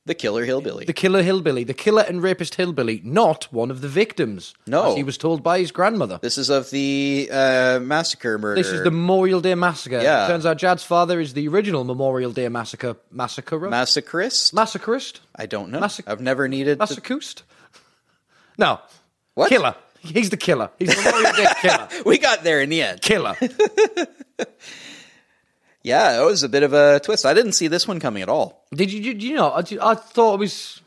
The killer hillbilly. the killer hillbilly, the killer and rapist hillbilly, not one of the victims. No. as he was told by his grandmother. this is of the uh, massacre murder. This is the Memorial Day massacre. Yeah. Turns out Chad's father is the original Memorial Day massacre massacrer, massacrist. massacrist, I don't know. Massac- I've never needed. to- massacrist. No, What? killer. He's the killer. He's the Memorial Day killer. we got there in the end. Killer. Yeah, it was a bit of a twist. I didn't see this one coming at all. Did you? Did you know? I, I thought it was.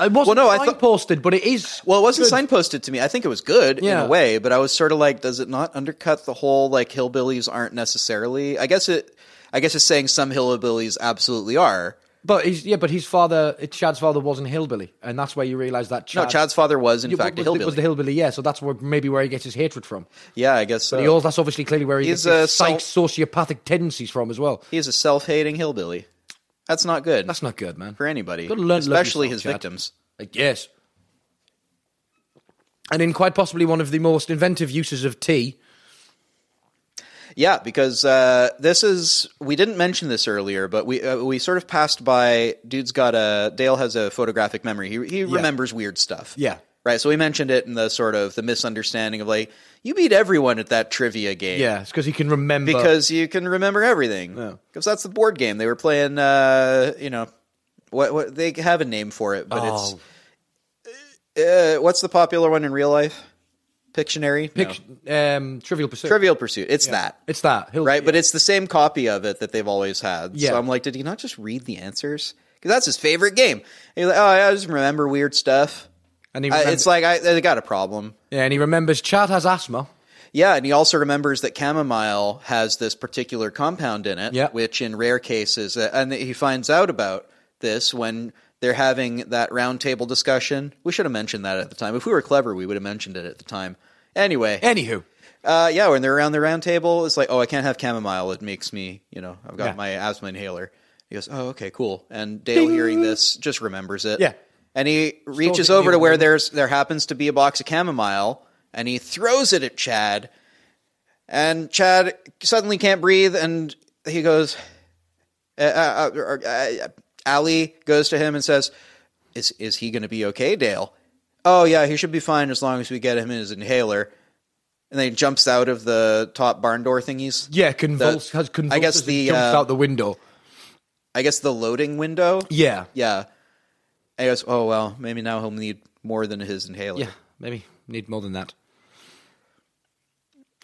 It wasn't Well, no, well, I thought- posted, but it is. Well, it wasn't good. signposted to me. I think it was good Yeah. in a way, but I was sort of like, does it not undercut the whole like hillbillies aren't necessarily? I guess it. I guess it's saying some hillbillies absolutely are. But he's yeah, but his father, it- Chad's father, wasn't hillbilly, and that's where you realise that Chad. No, Chad's father was in Yeah, fact a was, hillbilly. was the hillbilly, yeah. So that's where maybe where he gets his hatred from. yeah, I guess so. He also, that's obviously clearly where he He's uh, gets his psych a sociopathic tendencies from as well. He's a self-hating hillbilly. That's not good That's not good, man. for anybody, Gotta learn to love especially yourself, his Chad. victims. Like, yes, and in quite possibly one of the most inventive uses of tea. Yeah, because uh, this is we didn't mention this earlier, but we uh, we sort of passed by. Dude's got a Dale has a photographic memory. He he remembers weird stuff. Yeah. right. So we mentioned it in the sort of the misunderstanding of like you beat everyone at that trivia game. Yeah, it's because he can remember. because you can remember everything. Yeah. because that's the board game they were playing. Uh, you know, what what they have a name for it, but oh, it's uh, what's the popular one in real life? Pictionary. No. pic- um, Trivial Pursuit. Trivial Pursuit. It's that. it's that He'll- right? But it's the same copy of it that they've always had. Yeah. So I'm like, did he not just read the answers? Because that's his favorite game. And you're like, oh, I just remember weird stuff. And he I, remember- it's like I, I got a problem. yeah, and he remembers Chad has asthma. Yeah, and he also remembers that chamomile has this particular compound in it, Yeah. which in rare cases, uh, and he finds out about this when they're having that roundtable discussion. We should have mentioned that at the time. If we were clever, we would have mentioned it at the time. Anyway, Anywho, uh, yeah, when they're around the round table, it's like, oh, I can't have chamomile. It makes me, you know, I've got Yeah. my asthma inhaler. He goes, oh, okay, cool. And Dale, hearing this, just remembers it. Yeah. And he reaches it in over the to where room. there's there happens to be a box of chamomile, and he throws it at Chad. And Chad suddenly can't breathe, and he goes, uh, uh, uh, uh, uh, Ali goes to him and says, "Is is he going to be okay, Dale?" Oh yeah, he should be fine as long as we get him his inhaler. And then he jumps out of the top barn door thingies. yeah, convulse The- has convulsed. I guess and the, jumps uh, out the window. I guess the loading window. Yeah, Yeah. And he goes, "Oh well, maybe now he'll need more than his inhaler, Yeah, maybe need more than that.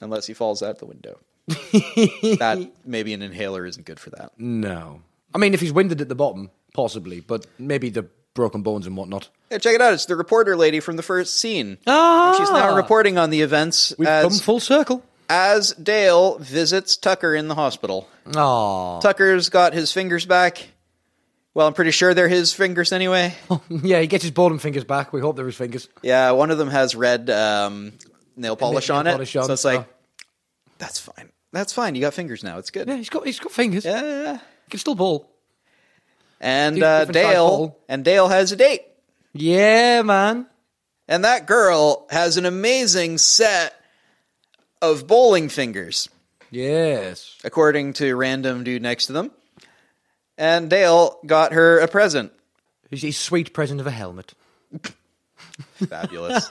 unless he falls out the window." that maybe an inhaler isn't good for that. No, I mean if he's winded at the bottom, possibly, but maybe the broken bones and whatnot. Yeah, check it out. It's the reporter lady from the first scene. Ah, She's now reporting on the events We've as, come full circle. as Dale visits Tucker in the hospital. Oh, Tucker's got his fingers back. Well, I'm pretty sure they're his fingers anyway. yeah, he gets his bottom fingers back. We hope they're his fingers. yeah, one of them has red um, nail polish nail on it. polish on, so it's like, so- that's fine. That's fine. You got fingers now. It's good. Yeah, he's got he's got fingers. Yeah, yeah, yeah. He can still ball. And Dude, uh, different type Dale ball. and Dale has a date. Yeah, man. And that girl has an amazing set of bowling fingers, Yes. according to random dude next to them. And Dale got her a present. He's a sweet present of a helmet. Fabulous.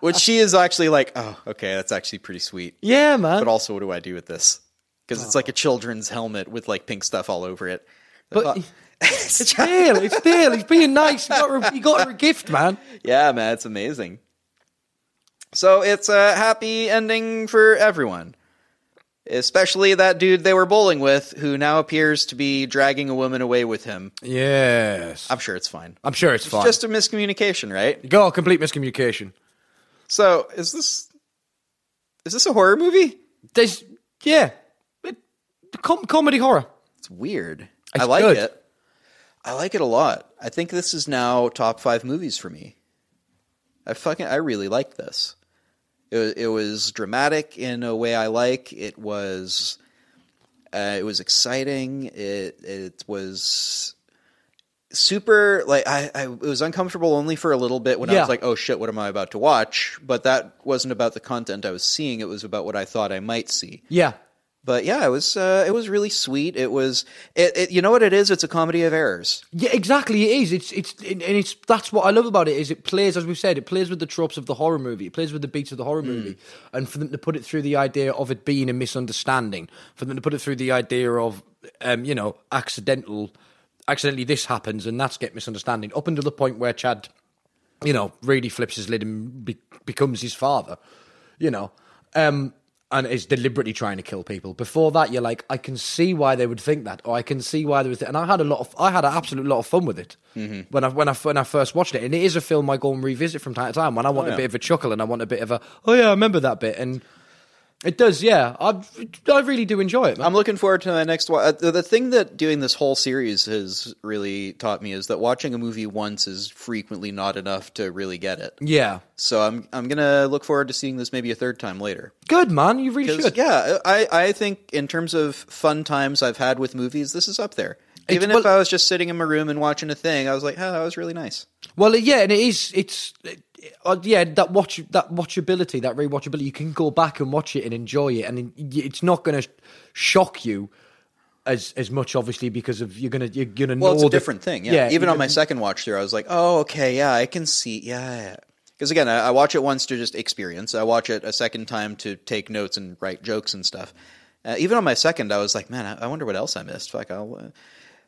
Which she is actually like, oh, okay, that's actually pretty sweet. Yeah, man. But also, what do I do with this? Because it's like a children's helmet with like pink stuff all over it. oh. But- it's Dale. It's Dale. He's being nice. He got, her, he got her a gift, man. yeah, man, it's amazing. So it's a happy ending for everyone. Especially that dude they were bowling with, who now appears to be dragging a woman away with him. Yes. I'm, I'm sure it's fine. sure it's, fine. Just a miscommunication, right? Go, complete miscommunication. So is this is this a horror movie? There's, yeah. It, com- comedy horror. It's weird. I It's like good. it. I like it a lot. I think this is now top five movies for me. I fucking I really like this. It was, it was dramatic in a way I like. It was uh, it was exciting. It it was super like I, I it was uncomfortable only for a little bit when I Yeah. was like, oh shit, what am I about to watch? But that wasn't about the content I was seeing. It was about what I thought I might see Yeah. but yeah, it was uh, it was really sweet. It was it, it you know what it is? It's a comedy of errors. Yeah, exactly. It is. It's it's and and it's that's what I love about it is it plays as we've said it plays with the tropes of the horror movie. It plays with the beats of the horror movie, and for them to put it through the idea of it being a misunderstanding, for them to put it through the idea of um, you know accidental, accidentally this happens and that's get misunderstanding up until the point where Chad, you know, really flips his lid and be- becomes his father, you know. Um, and is deliberately trying to kill people. Before that, you're like, I can see why they would think that, or I can see why there was. And I had a lot of, I had an absolute lot of fun with it when I when I when I first watched it. And it is a film I go and revisit from time to time when I want yeah. a bit of a chuckle and I want a bit of a, oh yeah, I remember that bit. And it does, yeah. I I really do enjoy it. Man. I'm looking forward to my next one. Uh, The, the thing that doing this whole series has really taught me is that watching a movie once is frequently not enough to really get it. Yeah, So I'm I'm gonna look forward to seeing this maybe a third time later. good man. You really 'Cause, should. Yeah, I I think in terms of fun times I've had with movies, this is up there. Even if well- I was just sitting in my room and watching a thing, I was like, oh, that was really nice. Well, uh, yeah, and it is. It's it- uh, yeah, that watch that watchability, that rewatchability. You can go back and watch it and enjoy it, and it- it's not going to shock you as as much, obviously, because of you're gonna you're gonna know Well, it's a the- different thing. Yeah. Even on my second watch through, I was like, oh, okay, yeah, I can see. Yeah. Because again, I, I watch it once to just experience. I watch it a second time to take notes and write jokes and stuff. Uh, even on my second, I was like, man, I, I wonder what else I missed. Fuck, I'll. Uh...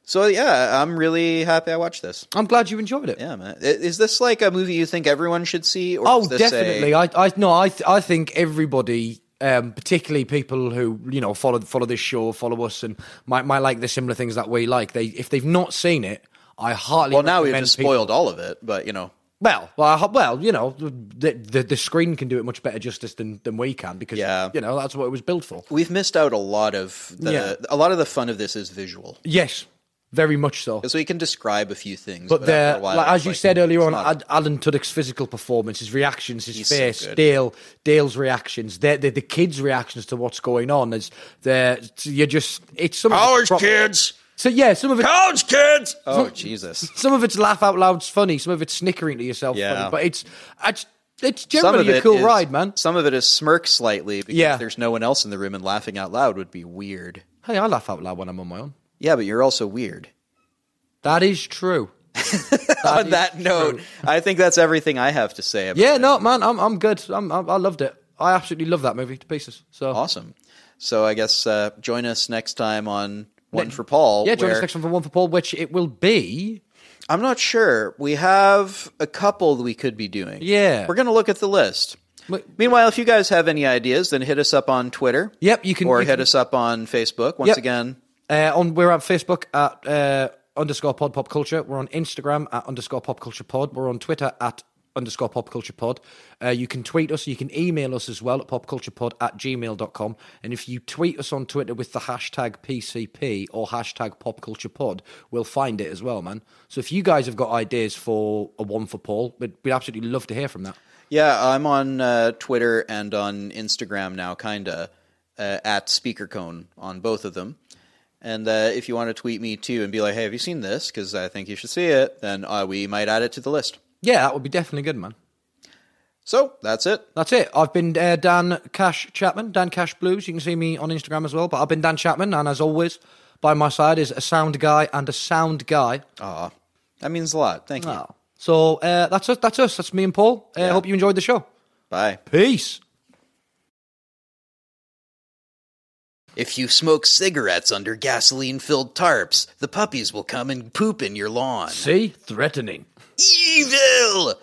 So yeah, I'm really happy I watched this. I'm glad you enjoyed it. Yeah, man. I- Is this like a movie you think everyone should see? Or Oh, is this a- definitely. I, I no, I, th- I think everybody, um, particularly people who you know follow follow this show, follow us, and might might like the similar things that we like. They if they've not seen it, I heartily well, now we've recommend just people- spoiled all of it, but you know, Well, well, I ho- well, you know, the, the the screen can do it much better justice than, than we can because Yeah. you know that's what it was built for. we've missed out a lot of the Yeah. a lot of the fun of this is visual. Yes, very much so. So we can describe a few things, But there, after a while, like, as it's you said earlier it's on, not- Ad, Alan Tudyk's physical performance, his reactions, his so face, good. Dale, Dale's reactions, the, the the kids' reactions to what's going on is there. You're just it's some of it's College prop- kids! So yeah, some of it, College kids! Oh, Jesus. some of it's laugh out loud's funny, some of it's snickering to yourself, Yeah. funny, but it's it's it's Some of generally it a cool is- ride, man. Some of it is smirk slightly because Yeah. there's no one else in the room and laughing out loud would be weird. Hey, I laugh out loud when I'm on my own. Yeah, but you're also weird. That is true. On that note, I think that's everything I have to say about Yeah, no, man, I'm I'm good. I'm, I'm I loved it. I absolutely love that movie to pieces. So Awesome. So I guess uh, join us next time on One for Paul. yeah, join us Oh, where- next one for one for Paul, which it will be. I'm not sure. We have a couple that we could be doing. Yeah. We're going to look at the list. Look- Meanwhile, if you guys have any ideas, then hit us up on Twitter. Yep, you can- Or you hit can- us up on Facebook. Once Yep. again, Uh, on we're on Facebook at uh, underscore pod pop culture. We're on Instagram at underscore pop culture pod. We're on Twitter at underscore pop culture pod. Uh, you can tweet us, you can email us as well at popculturepod at gmail.com. And if you tweet us on Twitter with the hashtag PCP or hashtag popculturepod, we'll find it as well, man. So if you guys have got ideas for a one for Paul, we'd, we'd absolutely love to hear from that. Yeah, I'm on uh, Twitter and on Instagram now, kinda uh, at Speakercone on both of them. And uh, if you want to tweet me too and be like, "Hey, have you seen this?" Because I think you should see it, then uh, we might add it to the list. Yeah, that would be definitely good, man. So that's it. That's it. I've been uh, Dan Cash Chapman, Dan Cash Blues. You can see me on Instagram as well. But I've been Dan Chapman, and as always, by my side is a sound guy and a sound guy. Aw, that means a lot. Thank you. Oh. So uh, that's us. That's us. That's me and Paul. I uh, Yeah. hope you enjoyed the show. Bye. Peace. If you smoke cigarettes under gasoline-filled tarps, the puppies will come and poop in your lawn. See, threatening. Evil.